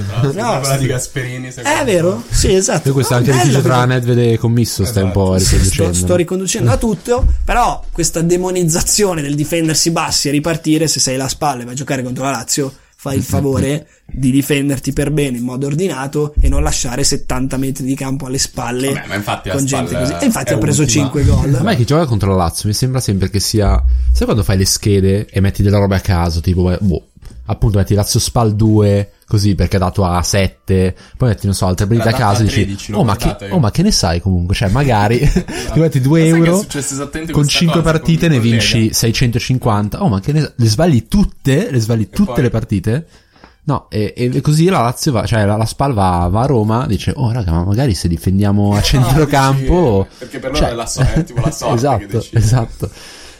S3: puntate, tra l'altro.
S2: No,
S3: quella
S2: sì.
S3: di Gasperini. sai
S2: È
S3: quella-
S2: vero? Sì, esatto.
S1: Poi questo
S2: Ah,
S1: anche il
S2: bella
S1: litigio
S2: questa-
S1: tra Nedved e Commisso stai un po'
S2: Sto,
S1: riconducendo.
S2: sto riconducendo a tutto, però questa demonizzazione del difendersi bassi e ripartire, se sei la spalla e vai a giocare contro la Lazio, fai
S1: *laughs*
S2: il favore di difenderti per bene in modo ordinato e non lasciare 70 metri di campo alle spalle
S3: Vabbè, ma infatti la
S2: con gente
S3: Spal
S2: così. E infatti
S3: è
S2: ha preso
S3: ultima.
S2: 5 gol.
S1: A me che gioca contro la Lazio mi sembra sempre che sia. Sai quando fai le schede e metti della roba a caso? Tipo, eh, boh, appunto metti Lazio Spal 2 così perché ha dato a 7. Poi metti, non so, altre partite a
S3: data
S1: caso.
S3: a
S1: e dici,
S3: 13, l'ho
S1: oh ma, che,
S3: guardata io."
S1: oh, ma che ne sai comunque? Cioè,
S3: *laughs*
S1: magari *laughs* ti metti 2
S3: Esatto. Ma sai che è
S1: euro
S3: successo esattamente
S1: con
S3: questa
S1: 5
S3: cosa con
S1: partite
S3: un
S1: ne
S3: collega.
S1: vinci 650. Oh, ma che ne sai? Le sbagli tutte? Le sbagli tutte
S3: poi?
S1: le partite? No, e, e così la Lazio va, cioè la, la Spal va, va a Roma, dice, oh raga, ma magari se difendiamo a centrocampo... Cioè,
S3: dici, Ah, eh, perché per loro è la sorte, è tipo
S1: *laughs*
S3: la sorte che
S1: esatto,
S3: decide.
S1: esatto.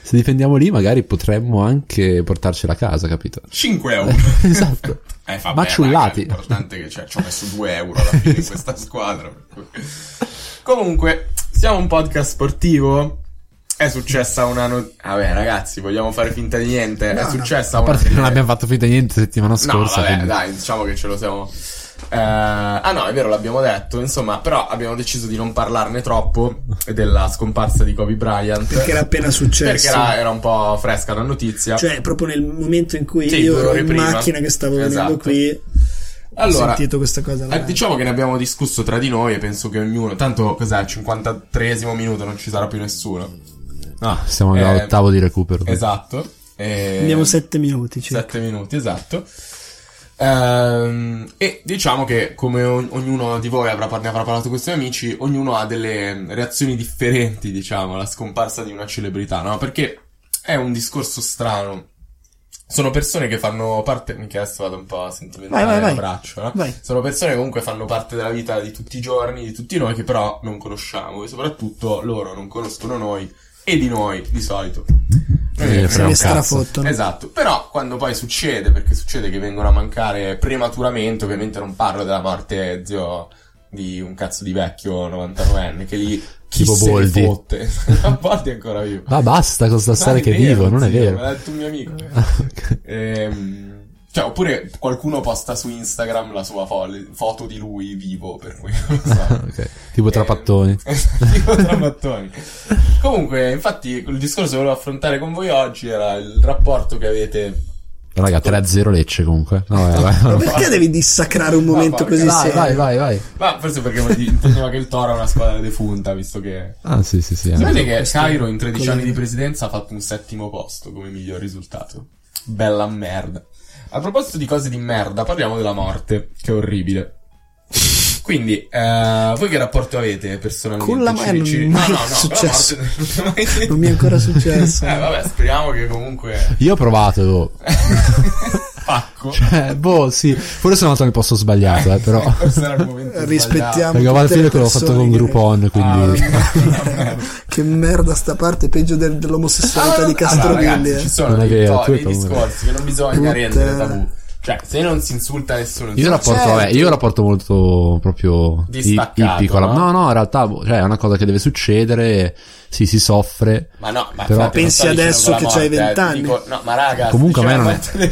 S1: Se difendiamo lì magari potremmo anche portarcela a casa, capito?
S3: 5 euro.
S1: *laughs* esatto.
S3: Eh, vabbè,
S1: Maciullati.
S3: raga, L'importante è che cioè, ci ho messo 2 euro alla fine in questa squadra. per cui. Comunque, siamo un podcast sportivo. È successa una notizia. Vabbè, ragazzi, vogliamo fare finta di niente.
S2: No,
S3: è
S2: no.
S3: successa
S1: A
S3: una
S1: parte che non
S3: delle-
S1: abbiamo fatto finta niente settimana
S3: No,
S1: scorsa.
S3: vabbè,
S1: quindi-
S3: dai, diciamo che ce lo siamo. Eh, ah no, è vero, l'abbiamo detto, insomma, però abbiamo deciso di non parlarne troppo della scomparsa di Kobe Bryant.
S2: Perché era appena
S3: Perché
S2: successo.
S3: era, era un po' fresca la notizia.
S2: Cioè, proprio nel momento in cui
S3: Sì,
S2: io
S3: due
S2: ero
S3: ore
S2: in
S3: prima.
S2: macchina che stavo
S3: Esatto.
S2: venendo qui, ho
S3: allora,
S2: sentito questa cosa. là.
S3: eh, diciamo che ne abbiamo discusso tra di noi e penso che ognuno... Tanto cos'è, al 53esimo minuto non ci sarà più nessuno.
S1: Ah, siamo
S3: Eh,
S1: all'ottavo di recupero.
S3: Esatto. E...
S2: Andiamo sette minuti. certo. cioè, circa.
S3: 7 minuti, esatto. Ehm, e diciamo che come o- ognuno di voi avrà, par- ne avrà parlato con i suoi amici, ognuno ha delle reazioni differenti, diciamo, alla scomparsa di una celebrità, no? Perché è un discorso strano. Sono persone che fanno parte. Minchia, adesso vado un po' a sentimentale
S2: Vai, vai, vai.
S3: l'abbraccio, no?
S2: Vai.
S3: Sono persone che comunque fanno parte della vita di tutti i giorni, di tutti noi, che però non conosciamo, e soprattutto loro non conoscono noi e di noi di solito. Noi
S1: Eh,
S3: ne
S1: fra
S2: Se
S1: un
S2: ne
S1: cazzo.
S2: strafottono.
S3: Esatto, però quando poi succede, perché succede che vengono a mancare prematuramente, ovviamente non parlo della morte, zio, di un cazzo di vecchio 99enne, che lì chi
S1: Tipo
S3: se ne
S1: Boldi.
S3: fotte. *laughs* Boldi è ancora vivo.
S1: Ma basta con sta storia che
S3: è vero,
S1: vivo, non è
S3: zio,
S1: vero.
S3: Me l'ha detto un mio amico.
S1: ok.
S3: Ehm, cioè, oppure qualcuno posta su Instagram la sua fo- foto di lui vivo, per cui non lo
S1: *laughs*
S3: so.
S1: *laughs* Ok, Tipo
S3: Eh,
S1: trapattoni.
S3: *laughs* tipo trapattoni. Comunque, infatti, il discorso che volevo affrontare con voi oggi era il rapporto che avete.
S1: Raga, 3-0 Lecce comunque. No, vai, vai.
S2: Ma perché devi dissacrare un momento
S3: porca-
S2: così
S3: dai,
S1: Vai,
S2: serio?
S1: vai, vai, vai.
S3: Ma forse perché vuol dire- intendeva che il Toro è una squadra defunta, visto che.
S1: Ah, sì, sì, sì. eh.
S3: Sapete che
S2: questo-
S3: Cairo in 13 anni
S2: quello-
S3: di presidenza ha fatto un settimo posto come miglior risultato. Bella merda. A proposito di cose di merda, parliamo della morte, che è orribile. Quindi, eh, voi che rapporto avete personalmente?
S2: Con la
S3: Ci-
S2: mano-
S3: ci-
S2: non
S3: No,
S2: è
S3: no, no,
S2: successo.
S3: con la morte-
S2: *laughs* Non mi è ancora successo.
S3: *laughs* Eh, vabbè, speriamo che comunque.
S1: Io ho provato, oh.
S3: *laughs* Pacco.
S1: Cioè, boh, sì. Forse sono andato nel posto sbagliato, eh, però.
S3: *laughs* Questo era
S2: *laughs*
S3: il momento
S2: Rispettiamo
S1: Perché alla
S2: tutte
S1: fine
S2: le
S1: quello l'ho fatto con
S2: persone che-
S1: Groupon,
S3: Ah,
S1: quindi...
S2: *laughs* che merda sta parte, peggio del- dell'omosessualità di Castrovilli. eh.
S3: Allora, Ah, ragazzi, ci sono
S1: Non è
S3: dei,
S1: vero,
S3: to-
S1: tu hai
S3: dei
S1: paura.
S3: discorsi che non bisogna
S2: Puttana.
S3: rendere tabù. Cioè, se non si insulta nessuno,
S1: Io
S3: insomma,
S1: rapporto,
S2: certo.
S1: vabbè, io rapporto molto proprio i-
S3: Distaccato,
S1: ippico. No?
S3: no?
S1: no, in realtà boh, cioè, è una cosa che deve succedere. Sì, si soffre.
S3: Ma no, ma
S1: Però-
S3: infatti non
S2: Pensi
S3: sto dicendo
S2: adesso
S3: con la
S2: che c'hai
S3: morte, eh,
S2: 20
S3: ti dico- No, ma raga,
S1: Comunque a me non è-
S3: delle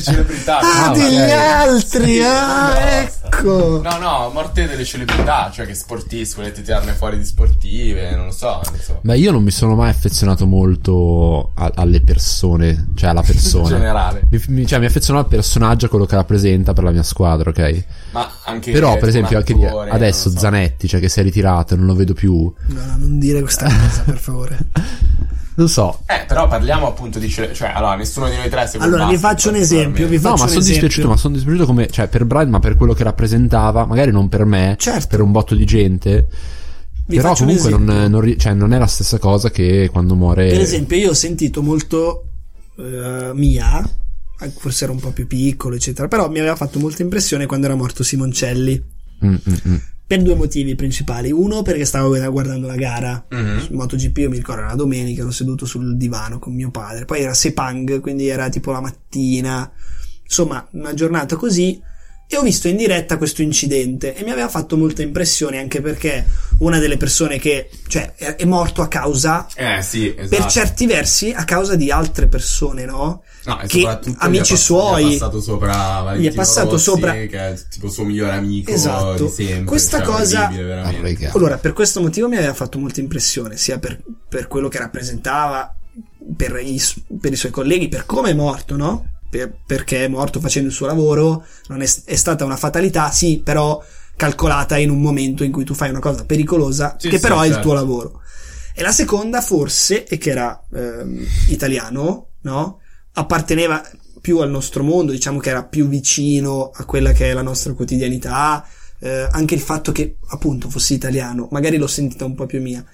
S2: *laughs*
S3: celebrità.
S2: Ah,
S1: Ah,
S2: degli
S1: magari.
S2: altri,
S3: Sì,
S2: ah,
S3: no.
S2: ecco.
S3: No, no, morte delle celebrità, cioè che sportisti, volete tirarne fuori di sportive, non lo so, insomma.
S1: Beh, io non mi sono mai affezionato molto a- alle persone, cioè alla
S3: In
S1: persona.
S3: *laughs* generale.
S1: mi, mi- cioè, mi affeziono al personaggio, a quello che rappresenta per la mia squadra, ok?
S3: Ma anche
S1: Però,
S3: eh,
S1: per esempio,
S3: un
S1: anche di-
S3: attore,
S1: adesso
S3: non lo so.
S1: Zanetti, cioè che si è ritirato, non lo vedo più.
S2: No, no, non dire
S3: *laughs*
S2: questa cosa, per favore.
S1: Non so.
S3: Eh, però parliamo appunto di cele- cioè, allora, nessuno di noi tre segue il
S2: Allora, vi
S3: basket,
S2: faccio un esempio. Vi
S3: naturalmente.
S1: No, ma
S2: faccio un
S1: sono
S2: esempio.
S1: dispiaciuto, ma sono dispiaciuto come, cioè, per Brian, ma per quello che rappresentava, magari non per me,
S2: Certo.
S1: per un botto di gente.
S2: Vi
S1: però
S2: faccio un
S1: comunque non,
S2: esempio.
S1: non ri- cioè, non è la stessa cosa che quando muore.
S2: Per esempio, io ho sentito molto eh, Mia, anche- forse era un po' più piccolo, eccetera, però mi aveva fatto molta impressione quando era morto Simoncelli.
S1: Mm, mm, mm.
S2: Per due motivi principali. Uno, perché stavo guardando la gara
S3: Mhm.
S2: su MotoGP, io mi ricordo era una domenica, ero seduto sul divano con mio padre. Poi era Sepang, quindi era tipo la mattina. Insomma, una giornata così. E ho visto in diretta questo incidente e mi aveva fatto molta impressione anche perché una delle persone che, cioè, è è morto a causa
S3: Eh, sì, esatto.
S2: per certi versi a causa di altre persone, no?
S3: No, e
S2: che
S3: soprattutto gli
S2: amici
S3: è pass-
S2: suoi-
S3: gli è passato sopra Valentino
S2: gli è passato
S3: Rossi,
S2: sopra-
S3: che è tipo suo migliore amico
S2: Esatto.
S3: di sempre
S2: Questa
S3: cioè,
S2: cosa-
S3: orribile, veramente.
S1: Ah, raga.
S2: Allora, per questo motivo mi aveva fatto molta impressione, sia per, per quello che rappresentava, per i, su- per i suoi colleghi, per come è morto, no? Per- perché è morto facendo il suo lavoro, non è, è stata una fatalità, sì, però calcolata in un momento in cui tu fai una cosa pericolosa,
S3: Sì,
S2: che
S3: sì,
S2: però è il
S3: certo.
S2: tuo lavoro. E la seconda, forse, e che era ehm, italiano, no? Apparteneva più al nostro mondo, diciamo che era più vicino a quella che è la nostra quotidianità, eh, anche il fatto che appunto fossi italiano, magari l'ho sentita un po' più mia.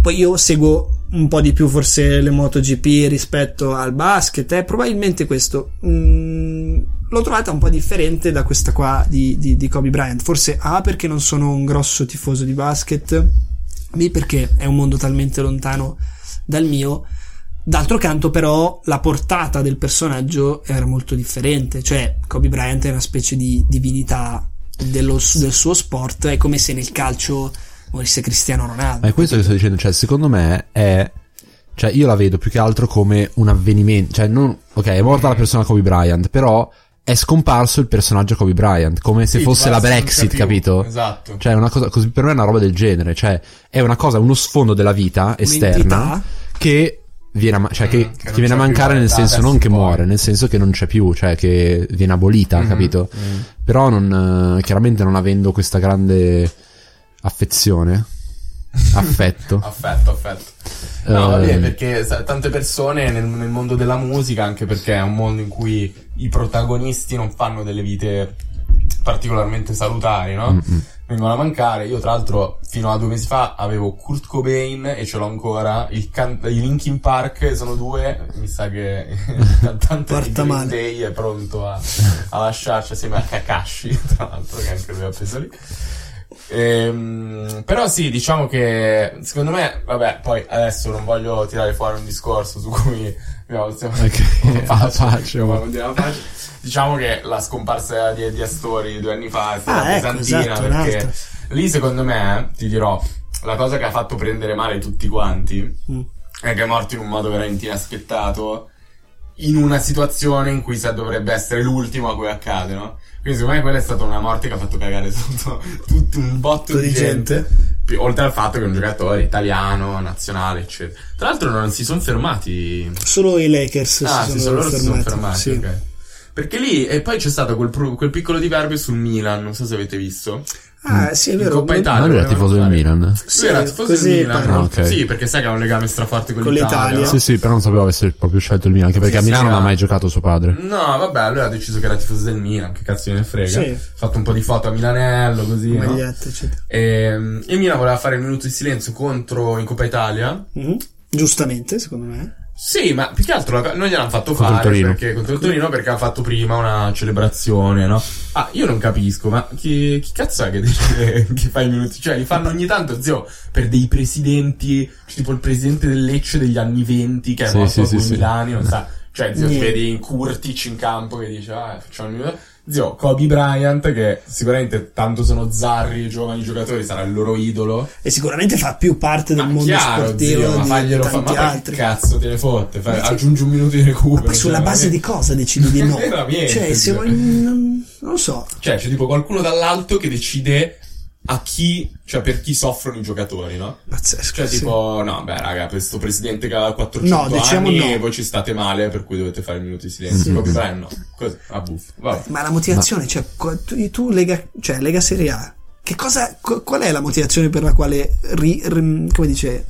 S2: Poi io seguo un po' di più forse le MotoGP rispetto al basket, eh, probabilmente questo. Mm, l'ho trovata un po' differente da questa qua di, di- di Kobe Bryant, forse A perché non sono un grosso tifoso di basket, B perché è un mondo talmente lontano dal mio. D'altro canto, però, la portata del personaggio era molto differente. Cioè, Kobe Bryant è una specie di divinità dello- del suo sport. È come se nel calcio morisse Cristiano Ronaldo.
S1: Ma è questo che sto dicendo, cioè, secondo me è. Cioè, io la vedo più che altro come un avvenimento. Cioè, non. Ok, è morta la persona Kobe Bryant, però è scomparso il personaggio Kobe Bryant, come se
S3: Sì,
S1: fosse la
S3: basta, non
S1: Brexit,
S3: capivo.
S1: capito?
S3: Esatto.
S1: Cioè, è una cosa, così per me è una roba del genere, cioè è una cosa, uno sfondo della vita esterna
S2: Un'entità.
S1: che viene a, ma- cioè,
S3: Mm,
S1: che,
S3: che
S1: che
S3: non
S1: viene a
S3: c'è
S1: mancare
S3: più,
S1: nel
S3: da
S1: senso non
S3: adesso
S1: che
S3: poi.
S1: muore, nel senso che non c'è più, cioè che viene abolita,
S2: Mm-hmm.
S3: Mhm,
S1: capito?
S2: Mm.
S3: mhm.
S1: Però non, eh, chiaramente non avendo questa grande *laughs* affezione, affetto,
S3: Affetto, affetto. No,
S1: Eh.
S3: vabbè, perché sa- tante persone nel, nel mondo della musica, anche perché è un mondo in cui i protagonisti non fanno delle vite particolarmente salutari, no?
S1: Mm-mm.
S3: Vengono a mancare. Io, tra l'altro, fino a due mesi fa avevo Kurt Cobain e ce l'ho ancora. Il can- I Linkin Park sono due. Mi sa
S1: *laughs*
S3: che *laughs* il cantante di
S2: Porta
S3: Green
S2: male.
S3: Day è pronto a, a lasciarci assieme a Kakashi, *laughs* tra l'altro, che anche lui ha preso lì. Ehm, però sì, diciamo che secondo me, vabbè, poi adesso non voglio tirare fuori un discorso su cui abbiamo stiamo *laughs*
S1: *laughs* Ok, alla pace,
S3: stiamo
S1: ma-
S3: parlando alla pace. Diciamo che la scomparsa di, di Astori due anni fa è stata
S2: Ah, ecco,
S3: pesantina
S2: esatto,
S3: perché
S2: un'altra.
S3: lì secondo me, ti dirò, la cosa che ha fatto prendere male tutti quanti
S2: Mm.
S3: è che è morto in un modo veramente inaspettato in una situazione in cui sa dovrebbe essere l'ultimo a cui accade, no? Quindi secondo me quella è stata una morte che ha fatto cagare tutto, *laughs* tutto un botto
S2: Tutto
S3: di
S2: di
S3: gente.
S2: gente.
S3: Pi- Oltre al fatto che è un giocatore italiano, nazionale, eccetera. Tra l'altro non si sono fermati.
S2: Solo i Lakers
S3: ah,
S2: si sono
S3: sì, solo loro si sono fermati,
S2: Sì.
S3: ok. Perché lì, e poi c'è stato quel, pro- quel piccolo diverbio sul Milan, non so se avete visto.
S2: Ah, sì, è
S3: Mm. In
S2: vero.
S3: Coppa
S2: non-
S3: Italia.
S1: ma lui era
S3: volevano
S1: tifoso del
S3: fare.
S1: Milan.
S3: Sì, era tifoso del
S2: così
S3: Milan.
S2: pare.
S1: Ah, ok.
S3: Sì, perché sai che ha un legame straforte con,
S2: Con l'Italia.
S3: no?
S1: Sì, sì, però non sapevo avesse proprio scelto il Milan, anche perché
S3: Sì,
S1: a Milano
S3: sì,
S1: non ha
S3: ma-
S1: mai giocato suo padre.
S3: No, vabbè, lui ha deciso che era tifoso del Milan, che cazzo ne frega.
S2: Sì.
S3: Ha fatto un po' di foto a Milanello, così, no?
S2: Magliette, eccetera.
S3: E, il Milan voleva fare il minuto di silenzio contro in Coppa Italia.
S2: Mhm. Giustamente, secondo me.
S3: Sì, ma più che altro la- non gliel'hanno fatto
S1: Contro il
S3: fare
S1: Torino.
S3: perché contro il Torino perché ha fatto prima una celebrazione, no? Ah, io non capisco, ma chi, chi cazzo è che, decide che fa i minuti? Cioè, li fanno ogni tanto, zio, per dei presidenti, cioè, tipo il presidente del Lecce degli anni 20 che è
S1: Sì,
S3: morto
S1: sì,
S3: a
S1: sì,
S3: 2000
S1: sì.
S3: anni, non sa. Cioè, zio, ti
S2: Niente.
S3: vedi in Curtic in campo che dice, ah, facciamo il minuto. Zio, Kobe Bryant, che sicuramente tanto sono zarri, giovani giocatori, sarà il loro idolo.
S2: E sicuramente fa più parte del
S3: Ma
S2: mondo
S3: chiaro,
S2: sportivo
S3: zio, ma
S2: di
S3: faglielo fa-
S2: tanti
S3: ma poi
S2: altri.
S3: che cazzo te ne fotte? Fai-
S2: Ma sì.
S3: aggiungi un minuto di recupero.
S2: Ma poi sulla
S3: cioè,
S2: base di
S3: veramente.
S2: cosa decidi
S3: *laughs*
S2: di no?
S3: Veramente,
S2: cioè, siamo
S3: zio.
S2: in... non non lo so.
S3: Cioè, c'è tipo qualcuno dall'alto che decide a chi, cioè per chi soffrono i giocatori, no?
S2: Pazzesco.
S3: Cioè,
S2: sì.
S3: tipo, no, beh, raga, questo presidente che ha 400
S2: No, diciamo
S3: anni
S2: no.
S3: e voi ci state male, per cui dovete fare il minuto di silenzio.
S1: Sì.
S3: Proprio bene, no. Così, a buff. Vabbè.
S2: Ma la motivazione, cioè, qua- tu, tu Lega, cioè, Lega Serie A, che cosa, qu- qual è la motivazione per la quale, ri- ri- come dice,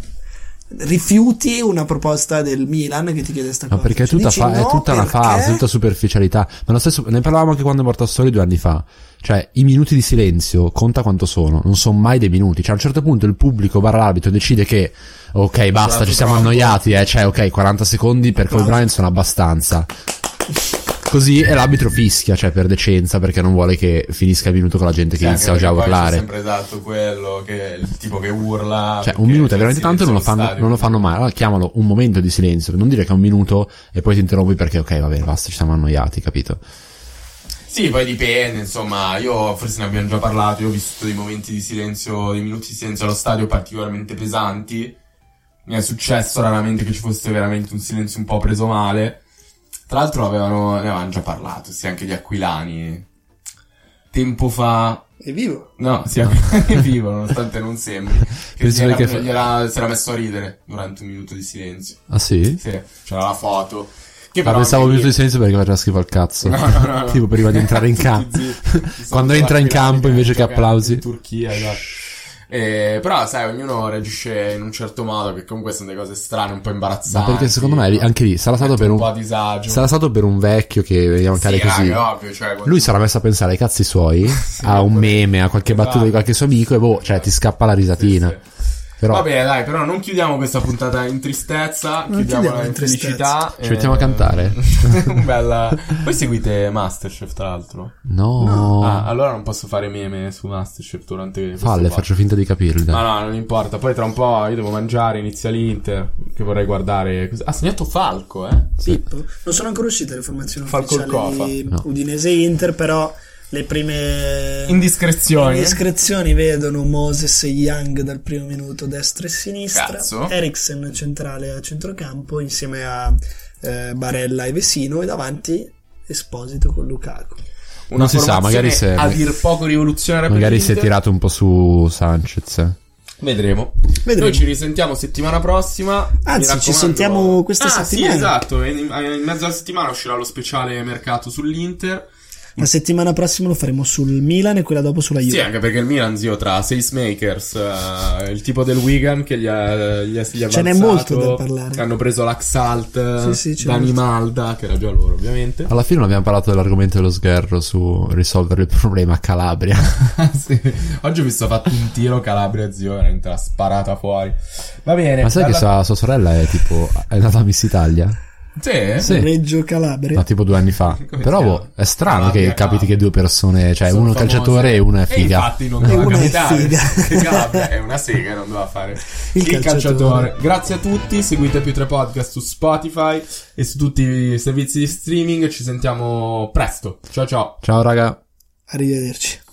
S2: rifiuti una proposta del Milan che ti chiede sta
S1: Ma
S2: cosa?
S1: perché è
S2: Cioè,
S1: tutta,
S2: dici
S1: fa- è
S2: no,
S1: tutta una
S2: perché?
S1: fase, tutta superficialità. Ma lo stesso, ne parlavamo anche quando è morto Astori due anni fa. Cioè, i minuti di silenzio, conta quanto sono, non sono mai dei minuti. Cioè, a un certo punto il pubblico barra l'arbitro decide che,
S2: Esatto,
S1: ok, basta,
S3: Durato
S1: ci siamo
S3: troppo.
S1: annoiati, eh, cioè, ok, 40 secondi per Kobe
S2: Applausi.
S1: Bryant sono abbastanza. Così, e l'arbitro fischia, cioè, per decenza, perché non vuole che finisca il minuto con la gente che
S3: Sì, Cioè, anche
S1: inizia già a
S3: perché poi
S1: urlare.
S3: C'è sempre esatto quello che il tipo che urla.
S1: Cioè,
S3: perché
S1: un minuto è
S3: c'è
S1: veramente
S3: il
S1: tanto, non lo,
S3: silenzio
S1: fanno,
S3: allo
S1: non lo
S3: stadio.
S1: fanno mai. Allora chiamalo un momento di silenzio, non dire che è un minuto e poi ti interrompi perché, ok, va bene, basta, ci siamo annoiati, capito?
S3: Sì, poi dipende, insomma, io forse ne abbiamo già parlato, io ho vissuto dei momenti di silenzio, dei minuti di silenzio allo stadio particolarmente pesanti. Mi è successo raramente che ci fosse veramente un silenzio un po' preso male. Tra l'altro avevano, ne avevano già parlato, sì, anche gli aquilani. Tempo fa...
S2: È vivo.
S3: No, sì, *laughs* aquilani vivo, nonostante non
S1: *laughs*
S3: sembri. Che,
S1: Penso
S3: si era,
S1: che fa-
S3: gli era- si era messo a ridere durante un minuto di silenzio.
S1: Ah sì?
S3: Sì, c'era la foto. Che
S1: Ma
S3: però
S1: pensavo un minuto
S3: anche
S1: di
S3: lì-
S1: silenzio perché faceva schifo al cazzo.
S3: No, no, no,
S1: *laughs*
S3: no.
S1: tipo prima di entrare
S3: *laughs*
S1: in
S3: Tutti
S1: campo.
S3: zitti. Ci sono
S1: *laughs* Quando
S3: tutti
S1: entra in
S3: lacrime,
S1: campo invece che
S3: giocando
S1: applausi.
S3: in Turchia, esatto. Eh, però sai, ognuno reagisce in un certo modo, che comunque sono delle cose strane, un po'
S1: Ma
S3: imbarazzanti.
S1: perché secondo me
S3: no?
S1: anche lì sarà stato
S3: Mette
S1: per
S3: un po' a
S1: un.
S3: disagio.
S1: Sarà stato per un vecchio che vediamo
S3: Sì,
S1: cari così.
S3: raga, ovvio, cioè, quando-
S1: Lui sarà messo a pensare ai cazzi
S3: *laughs*
S1: suoi, a un
S3: pure-
S1: meme, a qualche battuta di
S3: Esatto.
S1: qualche suo amico e boh, cioè ti scappa la risatina.
S3: Sì, sì.
S1: Però
S3: Vabbè, dai, però non chiudiamo questa puntata in tristezza, chiudiamola
S2: chiudiamo
S3: in
S2: in tristezza.
S3: felicità.
S1: Ci mettiamo a cantare?
S3: un *laughs* bella... Voi seguite Masterchef, tra l'altro?
S1: no,
S3: Ah, allora non posso fare meme su Masterchef durante questo
S1: falle,
S3: podcast.
S1: faccio finta di capirle.
S3: Ma no, non importa. Poi tra un po' io devo mangiare, inizia l'Inter. Che vorrei guardare. cos- Ha segnato Falco, eh?
S2: Pippo. Non sono ancora uscite le formazioni
S3: Falco il
S2: ufficiali di
S1: Cofa. No.
S2: Udinese e Inter, però le prime
S3: Indiscrezioni.
S2: indiscrezioni vedono Moses e Young dal primo minuto destra e sinistra,
S3: Cazzo.
S2: Eriksen centrale a centrocampo insieme a eh, Barella e Vesino e davanti Esposito con Lukaku.
S3: eh. Una
S1: Non si sa,
S3: formazione
S1: magari se-
S3: A dir poco rivoluzionaria per
S1: Magari si è
S3: l'Inter.
S1: tirato un po' su Sanchez. eh.
S3: Vedremo.
S2: Vedremo.
S3: Noi ci risentiamo settimana prossima. Mi
S2: Anzi, ci
S3: raccomando-
S2: sentiamo questa
S3: ah,
S2: settimana.
S3: Sì, esatto. In, in mezzo alla settimana uscirà lo speciale mercato sull'Inter.
S2: La settimana prossima lo faremo sul Milan e quella dopo sulla Juve.
S3: Sì, anche perché il Milan, zio, tra Sacemakers, eh, il tipo del Wigan che gli ha, gli ha, gli ha
S2: Ce n'è
S3: avanzato,
S2: molto da parlare.
S3: Che hanno preso l'Axalt,
S2: Sì, sì, c'è
S3: Dani
S2: molto.
S3: Malda, che era già loro, ovviamente.
S1: Alla fine non abbiamo parlato dell'argomento dello sgherro su risolvere il problema a Calabria.
S3: *laughs* Eh, Sì. Oggi ho visto fatto un tiro Calabria, zio, veramente l'ha sparata fuori. Va bene.
S1: Ma sai che
S3: dalla-
S1: sua, sua sorella è tipo. è andata a Miss Italia?
S3: Sì?
S1: Sì.
S2: Reggio Calabria.
S1: No, tipo due anni fa.
S3: Come
S1: Però
S3: si
S1: boh,
S3: chiama?
S1: è strano
S3: Calabria,
S1: che capiti
S3: Calabria.
S1: che due persone, cioè
S3: Sono
S1: uno
S3: famose.
S1: calciatore e uno è figa.
S3: infatti non
S2: E
S3: doveva
S2: uno è
S3: capitare.
S2: figa.
S3: Che Calabria è una sega, non doveva fare il,
S2: Il
S3: calciatore.
S2: calciatore.
S3: Grazie a tutti, seguite più tre podcast su Spotify e su tutti i servizi di streaming. Ci sentiamo presto. Ciao ciao.
S1: Ciao raga.
S2: Arrivederci.